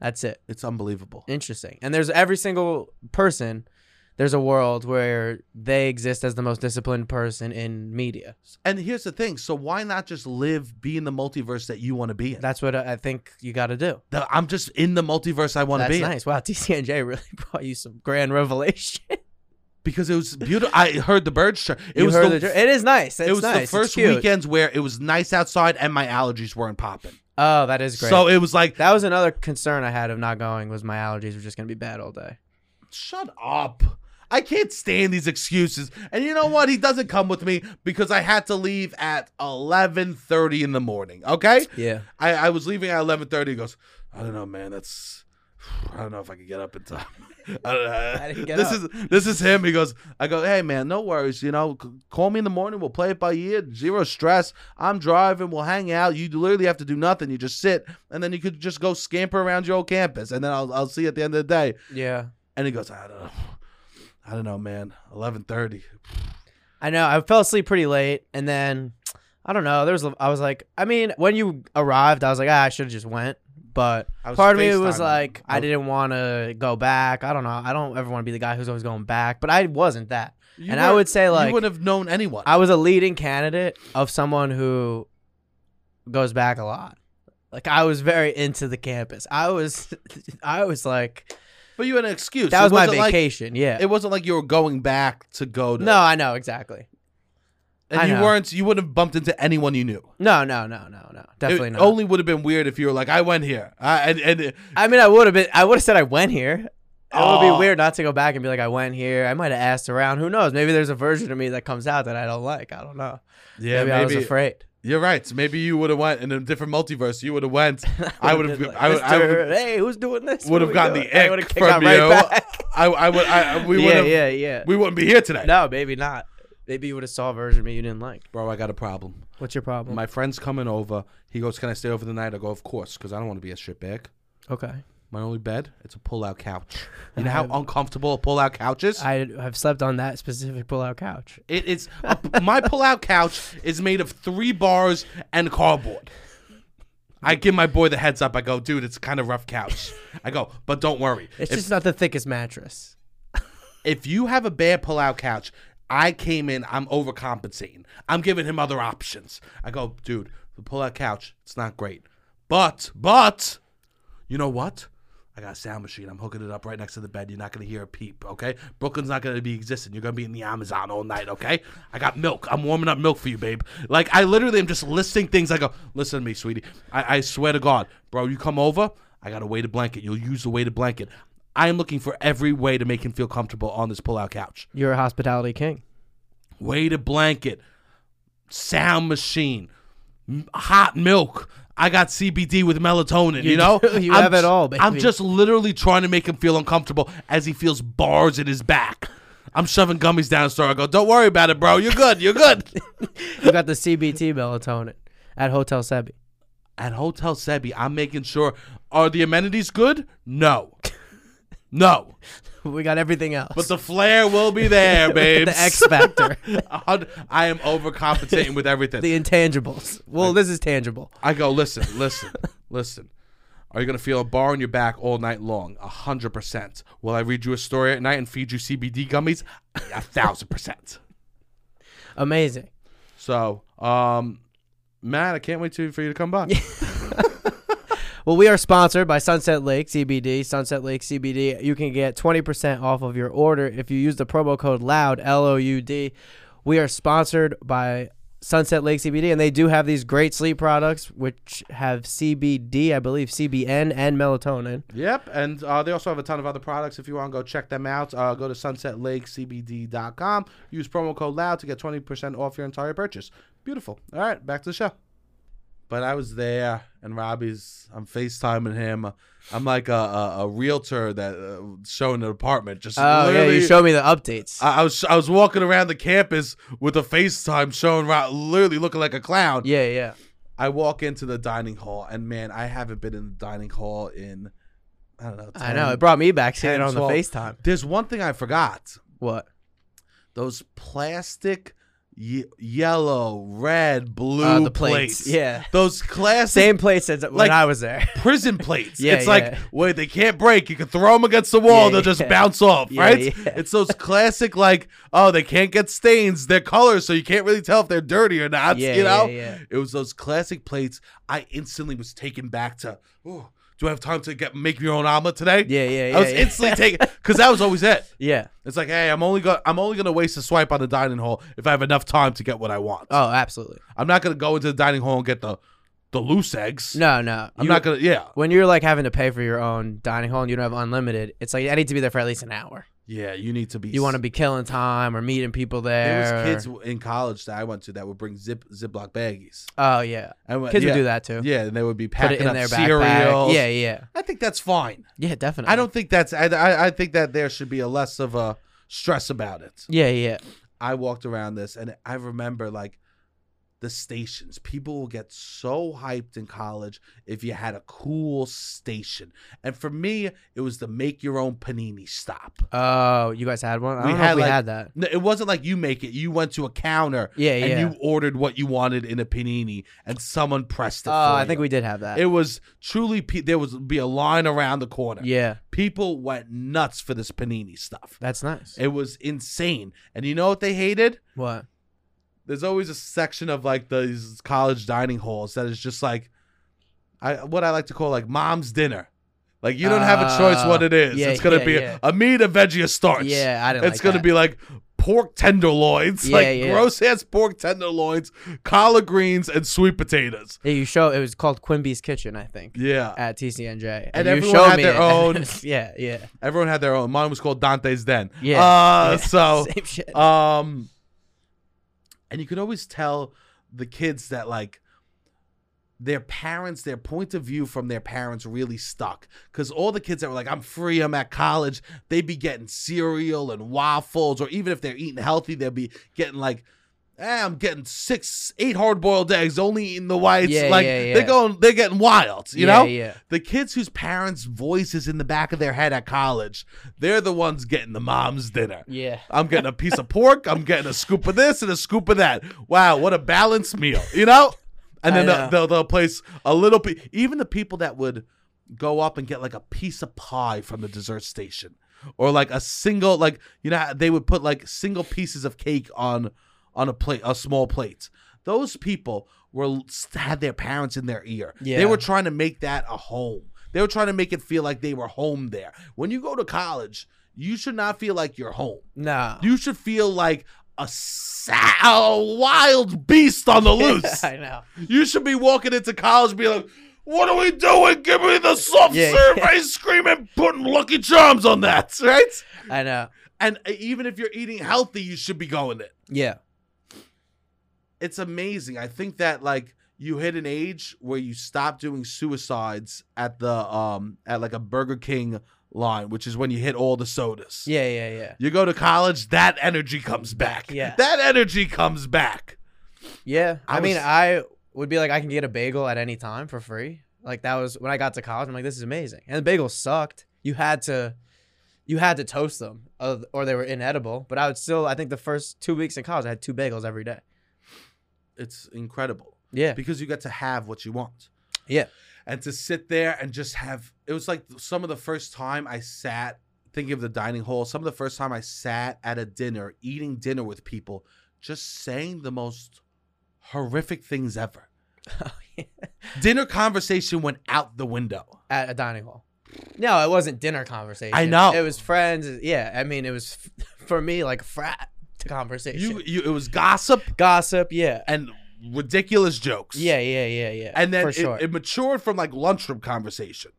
[SPEAKER 2] That's it.
[SPEAKER 1] It's unbelievable.
[SPEAKER 2] Interesting. And there's every single person. There's a world where they exist as the most disciplined person in media.
[SPEAKER 1] And here's the thing. So why not just live, be in the multiverse that you want to be in?
[SPEAKER 2] That's what I I think you got to do.
[SPEAKER 1] The- I'm just in the multiverse I want to
[SPEAKER 2] That's
[SPEAKER 1] be in
[SPEAKER 2] nice. Wow, TCNJ really brought you some grand revelation.
[SPEAKER 1] because it was beautiful. I heard the birds. chir- It
[SPEAKER 2] You
[SPEAKER 1] was
[SPEAKER 2] heard
[SPEAKER 1] the,
[SPEAKER 2] the- it is nice. It's
[SPEAKER 1] it was
[SPEAKER 2] nice.
[SPEAKER 1] the
[SPEAKER 2] It's
[SPEAKER 1] first
[SPEAKER 2] cute.
[SPEAKER 1] weekends where it was nice outside and my allergies weren't popping.
[SPEAKER 2] Oh, that is great.
[SPEAKER 1] So it was like,
[SPEAKER 2] that was another concern I had of not going was my allergies were just gonna be bad all day.
[SPEAKER 1] shut up. I can't stand these excuses. And you know what? He doesn't come with me because I had to leave at eleven thirty in the morning. Okay,
[SPEAKER 2] Yeah.
[SPEAKER 1] I, I was leaving at eleven thirty. He goes, I don't know, man. That's I don't know if I could get up in time. I don't know.
[SPEAKER 2] I didn't get
[SPEAKER 1] this
[SPEAKER 2] up.
[SPEAKER 1] is this is him. He goes, I go, hey man, no worries. You know, c- call me in the morning. We'll play it by ear. Zero stress. I'm driving. We'll hang out. You literally have to do nothing. You just sit, and then you could just go scamper around your old campus, and then I'll I'll see you at the end of the day.
[SPEAKER 2] Yeah.
[SPEAKER 1] And he goes, I don't know. I don't know, man. Eleven thirty.
[SPEAKER 2] I know. I fell asleep pretty late, and then I don't know. There was. I was like, I mean, when you arrived, I was like, ah, I should have just went. But
[SPEAKER 1] I was
[SPEAKER 2] part of me was
[SPEAKER 1] FaceTiming.
[SPEAKER 2] like, I
[SPEAKER 1] I-
[SPEAKER 2] didn't want to go back. I don't know. I don't ever want to be the guy who's always going back. But I wasn't that. and I would say
[SPEAKER 1] you
[SPEAKER 2] like
[SPEAKER 1] wouldn't have known anyone.
[SPEAKER 2] I was a leading candidate of someone who goes back a lot. Like I was very into the campus. I was, I was like
[SPEAKER 1] but you had an excuse.
[SPEAKER 2] that
[SPEAKER 1] It
[SPEAKER 2] was my
[SPEAKER 1] wasn't like-
[SPEAKER 2] vacation. yeah.
[SPEAKER 1] it wasn't like you were going back to go to.
[SPEAKER 2] no, I know exactly.
[SPEAKER 1] and
[SPEAKER 2] I
[SPEAKER 1] you
[SPEAKER 2] know.
[SPEAKER 1] weren't. You wouldn't have bumped into anyone you knew.
[SPEAKER 2] No, no, no, no, no. Definitely
[SPEAKER 1] it
[SPEAKER 2] not.
[SPEAKER 1] only would have been weird if you were like, I went here. I, and, and it-
[SPEAKER 2] I mean, I would have been. I would have said I went here. It would
[SPEAKER 1] Oh.
[SPEAKER 2] be weird not to go back and be like, I went here. I might have asked around. Who knows? Maybe there's a version of me that comes out that I don't like. I don't know.
[SPEAKER 1] yeah,
[SPEAKER 2] maybe,
[SPEAKER 1] maybe,
[SPEAKER 2] I was afraid.
[SPEAKER 1] you're right. So maybe you would have went in a different multiverse. You would have went. I would have.
[SPEAKER 2] been like,
[SPEAKER 1] I would. I
[SPEAKER 2] "Mister,
[SPEAKER 1] would
[SPEAKER 2] Hey, who's doing this? What are
[SPEAKER 1] would have
[SPEAKER 2] we
[SPEAKER 1] gotten
[SPEAKER 2] doing?"
[SPEAKER 1] the
[SPEAKER 2] I would
[SPEAKER 1] ick
[SPEAKER 2] have kicked out
[SPEAKER 1] from
[SPEAKER 2] right
[SPEAKER 1] you.
[SPEAKER 2] back.
[SPEAKER 1] I, I would. I, I- we would
[SPEAKER 2] yeah,
[SPEAKER 1] have.
[SPEAKER 2] yeah, yeah.
[SPEAKER 1] We wouldn't be here today.
[SPEAKER 2] No, maybe not. Maybe you would have saw a version of me you didn't like.
[SPEAKER 1] Bro, I got a problem.
[SPEAKER 2] What's your problem?
[SPEAKER 1] My friend's coming over. He goes, "Can I stay over the night?" I go, "Of course," because I don't want to be a shitbag.
[SPEAKER 2] okay.
[SPEAKER 1] My only bed, it's a pull-out couch. You know how uncomfortable a pull-out couch is.
[SPEAKER 2] I have slept on that specific pull-out couch.
[SPEAKER 1] It is a, my pull-out couch is made of three bars and cardboard. I give my boy the heads up. I go, dude, it's kind of rough couch. I go, but don't worry.
[SPEAKER 2] It's
[SPEAKER 1] if,
[SPEAKER 2] just not the thickest mattress.
[SPEAKER 1] if you have a bad pull-out couch, I came in. I'm overcompensating. I'm giving him other options. I go, dude, the pull-out couch, it's not great, but but, you know what? I got a sound machine. I'm hooking it up right next to the bed. You're not gonna hear a peep, okay? Brooklyn's not gonna be existing. You're gonna be in the Amazon all night, okay? I got milk. I'm warming up milk for you, babe. Like I literally am just listing things. I go, listen to me, sweetie. I, I swear to God, bro, you come over. I got a weighted blanket. You'll use the weighted blanket. I am looking for every way to make him feel comfortable on this pull-out couch.
[SPEAKER 2] You're a hospitality king.
[SPEAKER 1] Weighted blanket, sound machine, m- hot milk. I got CBD with melatonin. You,
[SPEAKER 2] You
[SPEAKER 1] know,
[SPEAKER 2] do. You have it
[SPEAKER 1] ju-
[SPEAKER 2] all, baby.
[SPEAKER 1] I'm just literally trying to make him feel uncomfortable as he feels bars in his back. I'm shoving gummies down his throat. I go, "Don't worry about it, bro. You're good. You're good."
[SPEAKER 2] You got the CBT melatonin at Hotel Sebi.
[SPEAKER 1] At Hotel Sebi, I'm making sure are the amenities good? No, no.
[SPEAKER 2] We got everything else.
[SPEAKER 1] But the flair will be there, babe.
[SPEAKER 2] the X factor,
[SPEAKER 1] I am overcompensating with everything.
[SPEAKER 2] the intangibles. Well, this is tangible.
[SPEAKER 1] I go, listen, listen, listen. Are you gonna feel a bar on your back all night long? A hundred percent. Will I read you a story at night and feed you CBD gummies? A thousand percent.
[SPEAKER 2] Amazing.
[SPEAKER 1] So, um, Matt, I can't wait to, for you to come by.
[SPEAKER 2] Well, we are sponsored by Sunset Lake CBD. Sunset Lake CBD. You can get 20% off of your order if you use the promo code LOUD, L O U D. We are sponsored by Sunset Lake CBD, and they do have these great sleep products, which have CBD, I believe, CBN, and melatonin.
[SPEAKER 1] Yep, and uh, they also have a ton of other products. If you want to go check them out, uh, go to sunsetlakecbd.com. Use promo code LOUD to get 20% off your entire purchase. Beautiful. All right, back to the show. But I was there, and Robbie's, I'm FaceTiming him. I'm like a, a, a realtor that uh, showing an apartment. Just
[SPEAKER 2] Oh, yeah.
[SPEAKER 1] literally-
[SPEAKER 2] You showed me the updates.
[SPEAKER 1] I, I was I was walking around the campus with a FaceTime showing Rob, literally looking like a clown.
[SPEAKER 2] yeah, yeah.
[SPEAKER 1] I walk into the dining hall, and man, I haven't been in the dining hall in, I don't know, 10,
[SPEAKER 2] I know. It brought me back seeing
[SPEAKER 1] 10,
[SPEAKER 2] it on
[SPEAKER 1] 12.
[SPEAKER 2] the FaceTime.
[SPEAKER 1] There's one thing I forgot.
[SPEAKER 2] What?
[SPEAKER 1] Those plastic ye- yellow, red, blue
[SPEAKER 2] Uh, the
[SPEAKER 1] plates.
[SPEAKER 2] plates. Yeah.
[SPEAKER 1] Those classic
[SPEAKER 2] Same place as when
[SPEAKER 1] Like-
[SPEAKER 2] I was there.
[SPEAKER 1] prison plates.
[SPEAKER 2] Yeah,
[SPEAKER 1] it's like,
[SPEAKER 2] yeah.
[SPEAKER 1] wait, they can't break. You can throw them against the wall,
[SPEAKER 2] Yeah,
[SPEAKER 1] they'll just
[SPEAKER 2] yeah.
[SPEAKER 1] bounce off,
[SPEAKER 2] Yeah,
[SPEAKER 1] right?
[SPEAKER 2] yeah.
[SPEAKER 1] It's those classic, like, oh, they can't get stains. They're colors, so you can't really tell if they're dirty or not.
[SPEAKER 2] Yeah,
[SPEAKER 1] you know?
[SPEAKER 2] yeah, yeah.
[SPEAKER 1] It was those classic plates. I instantly was taken back to, oh, do I have time to get make your own omelet today?
[SPEAKER 2] Yeah, yeah, yeah.
[SPEAKER 1] I was
[SPEAKER 2] yeah.
[SPEAKER 1] instantly taken because that was always it.
[SPEAKER 2] yeah.
[SPEAKER 1] It's like, hey, I'm only go- I'm only gonna waste a swipe on the dining hall if I have enough time to get what I want.
[SPEAKER 2] Oh, absolutely.
[SPEAKER 1] I'm not gonna go into the dining hall and get the the loose eggs.
[SPEAKER 2] No, no.
[SPEAKER 1] I'm
[SPEAKER 2] You-
[SPEAKER 1] not gonna. Yeah,
[SPEAKER 2] when you're like having to pay for your own dining hall and you don't have unlimited, it's like I need to be there for at least an hour.
[SPEAKER 1] Yeah, you need to be.
[SPEAKER 2] You want to be killing time or meeting people there.
[SPEAKER 1] There was
[SPEAKER 2] or-
[SPEAKER 1] kids in college that I went to that would bring zip Ziploc baggies.
[SPEAKER 2] Oh yeah,
[SPEAKER 1] And when-
[SPEAKER 2] kids
[SPEAKER 1] yeah,
[SPEAKER 2] would do that too.
[SPEAKER 1] Yeah, and they would be
[SPEAKER 2] Put it
[SPEAKER 1] packing
[SPEAKER 2] in
[SPEAKER 1] up
[SPEAKER 2] their
[SPEAKER 1] cereals.
[SPEAKER 2] backpack. Yeah, yeah,
[SPEAKER 1] I think that's fine.
[SPEAKER 2] yeah. Definitely.
[SPEAKER 1] I don't think that's. I, I I think that there should be a less of a stress about it.
[SPEAKER 2] Yeah, yeah.
[SPEAKER 1] I walked around this and I remember like the stations. People will get so hyped in college if you had a cool station. And for me, it was the make your own panini stop.
[SPEAKER 2] Oh, you guys had one. I don't
[SPEAKER 1] We
[SPEAKER 2] know
[SPEAKER 1] had,
[SPEAKER 2] if we
[SPEAKER 1] like-
[SPEAKER 2] had that.
[SPEAKER 1] No, It wasn't like you make it. You went to a counter
[SPEAKER 2] Yeah,
[SPEAKER 1] and
[SPEAKER 2] yeah.
[SPEAKER 1] you ordered what you wanted in a panini and someone pressed it
[SPEAKER 2] oh,
[SPEAKER 1] for
[SPEAKER 2] I think
[SPEAKER 1] you.
[SPEAKER 2] we did have that.
[SPEAKER 1] It was truly pe- there was be a line around the corner.
[SPEAKER 2] yeah,
[SPEAKER 1] People went nuts for this panini stuff.
[SPEAKER 2] that's nice.
[SPEAKER 1] It was insane. And you know what they hated?
[SPEAKER 2] what?
[SPEAKER 1] there's always a section of like these college dining halls that is just like I what I like to call like mom's dinner. Like you don't have a choice what it is.
[SPEAKER 2] Uh, yeah,
[SPEAKER 1] it's gonna
[SPEAKER 2] yeah,
[SPEAKER 1] be
[SPEAKER 2] yeah.
[SPEAKER 1] a meat, a veggie, a starch.
[SPEAKER 2] Yeah, I didn't.
[SPEAKER 1] It's
[SPEAKER 2] like
[SPEAKER 1] gonna
[SPEAKER 2] that.
[SPEAKER 1] be like pork tenderloins,
[SPEAKER 2] Yeah,
[SPEAKER 1] like
[SPEAKER 2] yeah.
[SPEAKER 1] gross ass pork tenderloins, collard greens, and sweet potatoes.
[SPEAKER 2] Yeah, you show. It was called Quimby's Kitchen, I think,
[SPEAKER 1] Yeah,
[SPEAKER 2] at TCNJ,
[SPEAKER 1] And
[SPEAKER 2] you
[SPEAKER 1] everyone
[SPEAKER 2] showed
[SPEAKER 1] had
[SPEAKER 2] me
[SPEAKER 1] their
[SPEAKER 2] it.
[SPEAKER 1] own-
[SPEAKER 2] yeah, yeah,
[SPEAKER 1] everyone had their own. Mine was called Dante's Den.
[SPEAKER 2] yeah.
[SPEAKER 1] Uh,
[SPEAKER 2] Yeah.
[SPEAKER 1] so
[SPEAKER 2] same shit.
[SPEAKER 1] Um, and you could always tell the kids that like their parents, their point of view from their parents really stuck. Cause all the kids that were like, "I'm free, I'm at college," they'd be getting cereal and waffles, or even if they're eating healthy, they'd be getting like. Eh, I'm getting six, eight hard-boiled eggs, only eating the whites.
[SPEAKER 2] Yeah,
[SPEAKER 1] like
[SPEAKER 2] yeah, yeah.
[SPEAKER 1] they're going, they're getting wild. You
[SPEAKER 2] yeah,
[SPEAKER 1] know,
[SPEAKER 2] yeah.
[SPEAKER 1] the kids whose parents' voice is in the back of their head at college, they're the ones getting the mom's dinner.
[SPEAKER 2] Yeah.
[SPEAKER 1] I'm getting a piece of pork. I'm getting a scoop of this and a scoop of that. Wow, what a balanced meal, you know? And then
[SPEAKER 2] I
[SPEAKER 1] they'll,
[SPEAKER 2] know.
[SPEAKER 1] they'll, they'll place a little bit. Even the people that would go up and get like a piece of pie from the dessert station or like a single, like, you know, how they would put like single pieces of cake on on a plate, a small plate. Those people were had their parents in their ear. They
[SPEAKER 2] Yeah.
[SPEAKER 1] were trying to make that a home. They were trying to make it feel like they were home there. When you go to college, you should not feel like you're home.
[SPEAKER 2] Nah.
[SPEAKER 1] You should feel like a, sa- a wild beast on the loose.
[SPEAKER 2] I know.
[SPEAKER 1] You should be walking into college and be like, what are we doing? Give me the soft
[SPEAKER 2] Yeah,
[SPEAKER 1] serve ice cream and putting Lucky Charms on that, right?
[SPEAKER 2] I know.
[SPEAKER 1] And uh, even if you're eating healthy, you should be going it.
[SPEAKER 2] Yeah.
[SPEAKER 1] It's amazing. I think that like you hit an age where you stop doing suicides at the um at like a Burger King line, which is when you hit all the sodas.
[SPEAKER 2] Yeah. Yeah. Yeah.
[SPEAKER 1] You go to college, that energy comes back.
[SPEAKER 2] Yeah.
[SPEAKER 1] That energy comes back.
[SPEAKER 2] Yeah.
[SPEAKER 1] I
[SPEAKER 2] I, mean,
[SPEAKER 1] was-
[SPEAKER 2] I would be like, I can get a bagel at any time for free. Like that was when I got to college. I'm like, this is amazing. And the bagels sucked. You had to, you had to toast them, uh, or they were inedible. But I would still. I think the first two weeks in college, I had two bagels every day.
[SPEAKER 1] It's incredible
[SPEAKER 2] Yeah.
[SPEAKER 1] because you get to have what you want.
[SPEAKER 2] Yeah.
[SPEAKER 1] And to sit there and just have it was like some of the first time I sat thinking of the dining hall, some of the first time I sat at a dinner eating dinner with people just saying the most horrific things ever.
[SPEAKER 2] Oh,
[SPEAKER 1] Dinner conversation went out the window.
[SPEAKER 2] at a dining hall. No, it wasn't dinner conversation.
[SPEAKER 1] I know.
[SPEAKER 2] It was friends. Yeah. I mean, it was f- for me like frat conversation.
[SPEAKER 1] You, you it was gossip
[SPEAKER 2] Gossip. Yeah.
[SPEAKER 1] and ridiculous jokes.
[SPEAKER 2] Yeah, yeah, yeah, yeah.
[SPEAKER 1] And then
[SPEAKER 2] for
[SPEAKER 1] it,
[SPEAKER 2] sure,
[SPEAKER 1] it matured from like lunchroom conversation.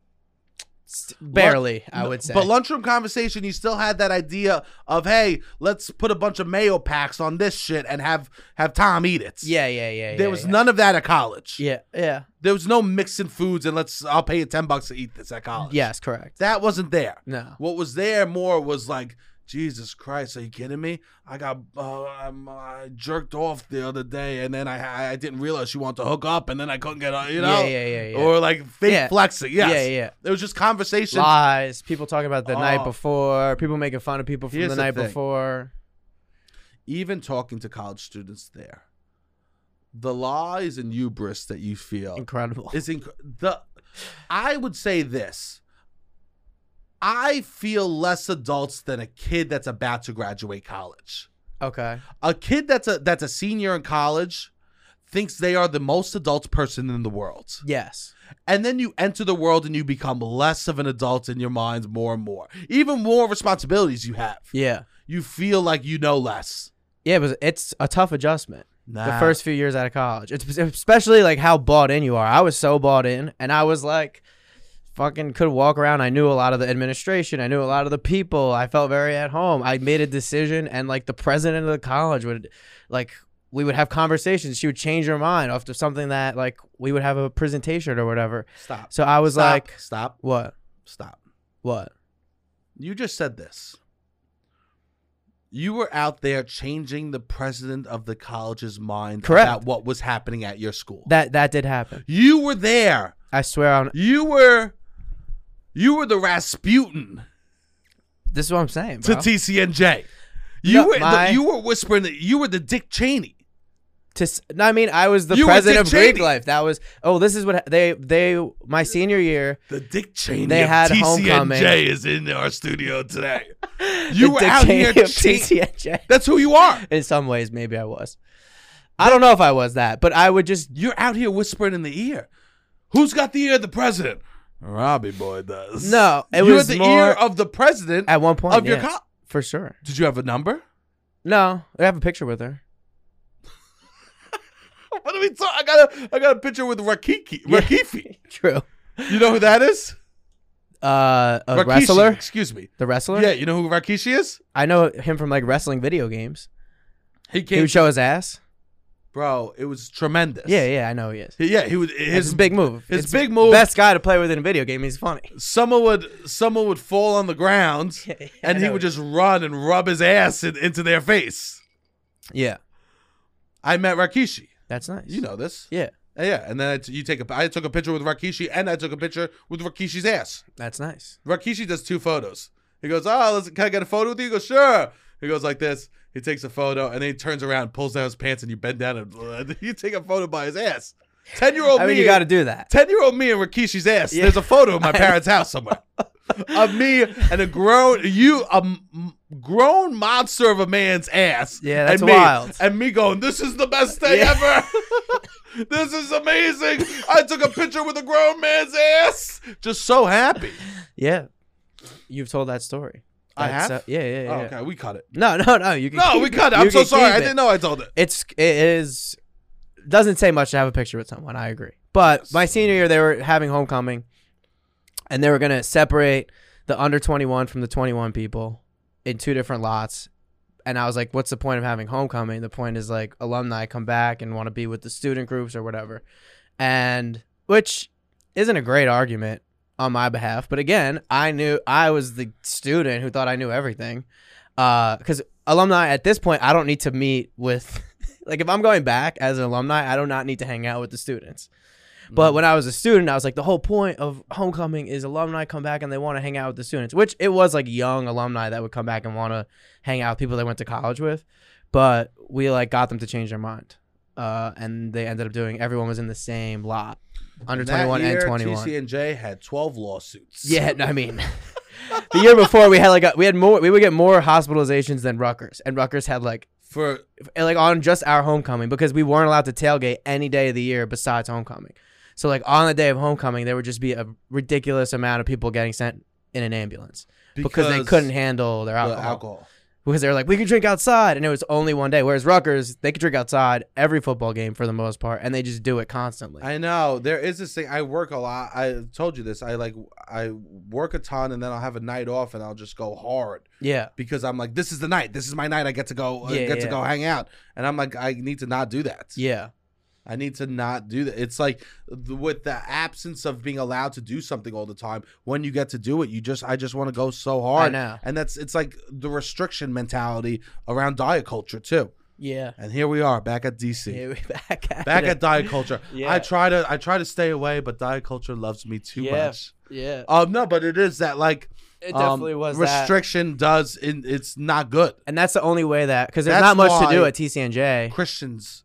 [SPEAKER 2] St- barely, I
[SPEAKER 1] No,
[SPEAKER 2] would say.
[SPEAKER 1] But lunchroom conversation, you still had that idea of, hey, let's put a bunch of mayo packs on this shit and have have Tom eat it.
[SPEAKER 2] yeah, yeah, yeah. yeah,
[SPEAKER 1] There was
[SPEAKER 2] yeah.
[SPEAKER 1] none of that at college.
[SPEAKER 2] Yeah, yeah.
[SPEAKER 1] There was no mixing foods and let's I'll pay you ten bucks to eat this at college.
[SPEAKER 2] Yes, correct.
[SPEAKER 1] That wasn't there.
[SPEAKER 2] No.
[SPEAKER 1] What was there more was like, Jesus Christ, are you kidding me? I got uh, I'm, I jerked off the other day and then I I didn't realize she wanted to hook up and then I couldn't get on, you know?
[SPEAKER 2] yeah, yeah, yeah, yeah.
[SPEAKER 1] Or like fake
[SPEAKER 2] Yeah.
[SPEAKER 1] flexing. Yes.
[SPEAKER 2] Yeah, yeah.
[SPEAKER 1] It was just conversation.
[SPEAKER 2] Lies. People talking about the
[SPEAKER 1] Oh.
[SPEAKER 2] night before. People making fun of people from
[SPEAKER 1] Here's
[SPEAKER 2] the
[SPEAKER 1] the
[SPEAKER 2] night
[SPEAKER 1] thing.
[SPEAKER 2] before.
[SPEAKER 1] even talking to college students there, the lies and hubris that you feel
[SPEAKER 2] Incredible.
[SPEAKER 1] is inc- the. I would say this. I feel less adults than a kid that's about to graduate college.
[SPEAKER 2] Okay.
[SPEAKER 1] A kid that's a that's a senior in college thinks they are the most adult person in the world.
[SPEAKER 2] Yes.
[SPEAKER 1] And then you enter the world and you become less of an adult in your minds more and more. Even more responsibilities you have.
[SPEAKER 2] Yeah.
[SPEAKER 1] You feel like you know less.
[SPEAKER 2] Yeah, but it's a tough adjustment.
[SPEAKER 1] Nah.
[SPEAKER 2] The first few years out of college, it's especially like how bought in you are. I was so bought in, and I was like, fucking could walk around. I knew a lot of the administration. I knew a lot of the people. I felt very at home. I made a decision, and like the president of the college would, like, we would have conversations. She would change her mind off to something that like we would have a presentation or whatever.
[SPEAKER 1] Stop.
[SPEAKER 2] So I was
[SPEAKER 1] Stop.
[SPEAKER 2] like,
[SPEAKER 1] stop,
[SPEAKER 2] what?
[SPEAKER 1] stop.
[SPEAKER 2] What?
[SPEAKER 1] You just said this. You were out there changing the president of the college's mind
[SPEAKER 2] Correct.
[SPEAKER 1] about what was happening at your school.
[SPEAKER 2] That that did happen.
[SPEAKER 1] you were there.
[SPEAKER 2] I swear on.
[SPEAKER 1] You were you were the Rasputin
[SPEAKER 2] This is what I'm saying,
[SPEAKER 1] to
[SPEAKER 2] bro.
[SPEAKER 1] TCNJ. You
[SPEAKER 2] No,
[SPEAKER 1] were
[SPEAKER 2] my-
[SPEAKER 1] the, you were whispering that you were the Dick Cheney.
[SPEAKER 2] to s- no, I mean, I was the
[SPEAKER 1] You were
[SPEAKER 2] president of
[SPEAKER 1] Dick
[SPEAKER 2] Greek
[SPEAKER 1] Cheney.
[SPEAKER 2] life. That was oh, this is what ha- they they my senior year.
[SPEAKER 1] The Dick Cheney
[SPEAKER 2] They
[SPEAKER 1] of
[SPEAKER 2] had
[SPEAKER 1] TCNJ
[SPEAKER 2] homecoming.
[SPEAKER 1] is in our studio today. You
[SPEAKER 2] the
[SPEAKER 1] were
[SPEAKER 2] Dick
[SPEAKER 1] out
[SPEAKER 2] Cheney
[SPEAKER 1] here
[SPEAKER 2] of
[SPEAKER 1] cha-
[SPEAKER 2] TCNJ.
[SPEAKER 1] That's who you are.
[SPEAKER 2] In some ways, maybe I was. I don't know if I was that, but I would just
[SPEAKER 1] You're out here whispering in the ear. Who's got the ear of the president? Robbie boy does.
[SPEAKER 2] No, it
[SPEAKER 1] You're
[SPEAKER 2] was
[SPEAKER 1] the
[SPEAKER 2] more-
[SPEAKER 1] ear of the president
[SPEAKER 2] at one point
[SPEAKER 1] of your
[SPEAKER 2] yeah,
[SPEAKER 1] cop.
[SPEAKER 2] for sure.
[SPEAKER 1] Did you have a number?
[SPEAKER 2] No, I have a picture with her.
[SPEAKER 1] What are we talking? I got a I got a picture with Rakiki
[SPEAKER 2] Yeah.
[SPEAKER 1] Rakifi.
[SPEAKER 2] True.
[SPEAKER 1] You know who that is?
[SPEAKER 2] Uh, a
[SPEAKER 1] Rakishi,
[SPEAKER 2] wrestler,
[SPEAKER 1] Excuse me.
[SPEAKER 2] the wrestler.
[SPEAKER 1] Yeah, you know who Rakishi is?
[SPEAKER 2] I know him from like wrestling video games.
[SPEAKER 1] He
[SPEAKER 2] He
[SPEAKER 1] came,
[SPEAKER 2] would show his ass.
[SPEAKER 1] bro. It was tremendous.
[SPEAKER 2] Yeah, yeah, I know he is.
[SPEAKER 1] He- yeah. He was
[SPEAKER 2] His
[SPEAKER 1] his
[SPEAKER 2] big move.
[SPEAKER 1] his
[SPEAKER 2] It's
[SPEAKER 1] big move.
[SPEAKER 2] Best guy to play with in a video game. He's funny.
[SPEAKER 1] Someone would someone would fall on the ground,
[SPEAKER 2] Yeah,
[SPEAKER 1] and
[SPEAKER 2] I
[SPEAKER 1] he
[SPEAKER 2] know.
[SPEAKER 1] would just run and rub his ass in, into their face.
[SPEAKER 2] Yeah,
[SPEAKER 1] I met Rakishi.
[SPEAKER 2] that's nice.
[SPEAKER 1] You know this.
[SPEAKER 2] Yeah,
[SPEAKER 1] Uh, Yeah, and then I t- you take a. I took a picture with Rakishi, and I took a picture with Rakishi's ass.
[SPEAKER 2] that's nice.
[SPEAKER 1] Rakishi does two photos. He goes, "Oh, let's, can I get a photo with you?" He goes, "Sure." He goes like this. He takes a photo, and then he turns around, and pulls down his pants, and you bend down and you take a photo by his ass. Ten year old
[SPEAKER 2] I
[SPEAKER 1] me.
[SPEAKER 2] mean, you got to do that.
[SPEAKER 1] Ten year old me and Rakishi's ass.
[SPEAKER 2] Yeah.
[SPEAKER 1] There's a photo of my parents' house somewhere. of me and a grown you a m- grown monster of a man's ass.
[SPEAKER 2] Yeah, that's
[SPEAKER 1] and me,
[SPEAKER 2] wild.
[SPEAKER 1] And me going, this is the best day
[SPEAKER 2] Yeah.
[SPEAKER 1] ever. this is amazing. I took a picture with a grown man's ass. Just so happy.
[SPEAKER 2] Yeah, you've told that story.
[SPEAKER 1] I
[SPEAKER 2] That's,
[SPEAKER 1] have?
[SPEAKER 2] uh, yeah, yeah, yeah.
[SPEAKER 1] Oh,
[SPEAKER 2] yeah.
[SPEAKER 1] okay, we cut it.
[SPEAKER 2] No, no, no. You can
[SPEAKER 1] No,
[SPEAKER 2] keep
[SPEAKER 1] we
[SPEAKER 2] it.
[SPEAKER 1] cut it.
[SPEAKER 2] You
[SPEAKER 1] I'm so
[SPEAKER 2] can
[SPEAKER 1] sorry.
[SPEAKER 2] keep
[SPEAKER 1] I
[SPEAKER 2] it.
[SPEAKER 1] didn't know I told it.
[SPEAKER 2] it's it is doesn't say much to have a picture with someone. I agree. But
[SPEAKER 1] Yes.
[SPEAKER 2] my senior year, they were having homecoming, and they were gonna separate the under twenty one from the twenty one people in two different lots. And I was like, "What's the point of having homecoming? The point is like alumni come back and want to be with the student groups or whatever." And which isn't a great argument on my behalf, but again, I knew I was the student who thought I knew everything because alumni at this point, I don't need to meet with, like, if I'm going back as an alumni, I do not need to hang out with the students. But when I was a student, I was like, the whole point of homecoming is alumni come back and they want to hang out with the students, which it was like young alumni that would come back and want to hang out with people they went to college with. But we like got them to change their mind. Uh, and they ended up doing, everyone was in the same lot under 21 and 21.
[SPEAKER 1] TCNJ had 12 lawsuits.
[SPEAKER 2] Yeah, no, I mean, the year before we had like a, we had more we would get more hospitalizations than Rutgers, and Rutgers had like
[SPEAKER 1] For
[SPEAKER 2] f- like on just our homecoming because we weren't allowed to tailgate any day of the year besides homecoming. So like on the day of homecoming, there would just be a ridiculous amount of people getting sent in an ambulance because, they couldn't handle their
[SPEAKER 1] the
[SPEAKER 2] alcohol.
[SPEAKER 1] alcohol.
[SPEAKER 2] Because they were like, we can drink outside, and it was only one day. Whereas Rutgers, they could drink outside every football game for the most part, and they just do it constantly.
[SPEAKER 1] I know there is this thing. I work a lot. I told you this. I like I work a ton, and then I'll have a night off, and I'll just go hard
[SPEAKER 2] yeah,
[SPEAKER 1] because I'm like, this is the night. This is my night. I get to go. I
[SPEAKER 2] Yeah,
[SPEAKER 1] get to
[SPEAKER 2] yeah.
[SPEAKER 1] go hang out. And I'm like, I need to not do that.
[SPEAKER 2] yeah,
[SPEAKER 1] I need to not do that. It's like the, with the absence of being allowed to do something all the time. When you get to do it, you just I just want to go so hard.
[SPEAKER 2] know.
[SPEAKER 1] And that's it's like the restriction mentality around diet culture too.
[SPEAKER 2] yeah.
[SPEAKER 1] And here we are back at DC.
[SPEAKER 2] Yeah, we back at
[SPEAKER 1] Back
[SPEAKER 2] it.
[SPEAKER 1] at diet culture.
[SPEAKER 2] Yeah.
[SPEAKER 1] I try to I try to stay away, but diet culture loves me too
[SPEAKER 2] Yeah.
[SPEAKER 1] much.
[SPEAKER 2] yeah.
[SPEAKER 1] Um, no, but it is that like
[SPEAKER 2] It
[SPEAKER 1] um,
[SPEAKER 2] definitely was that.
[SPEAKER 1] restriction does in, it's not good.
[SPEAKER 2] And that's the only way that because there's
[SPEAKER 1] That's
[SPEAKER 2] not much to do
[SPEAKER 1] why-
[SPEAKER 2] at TCNJ.
[SPEAKER 1] Christians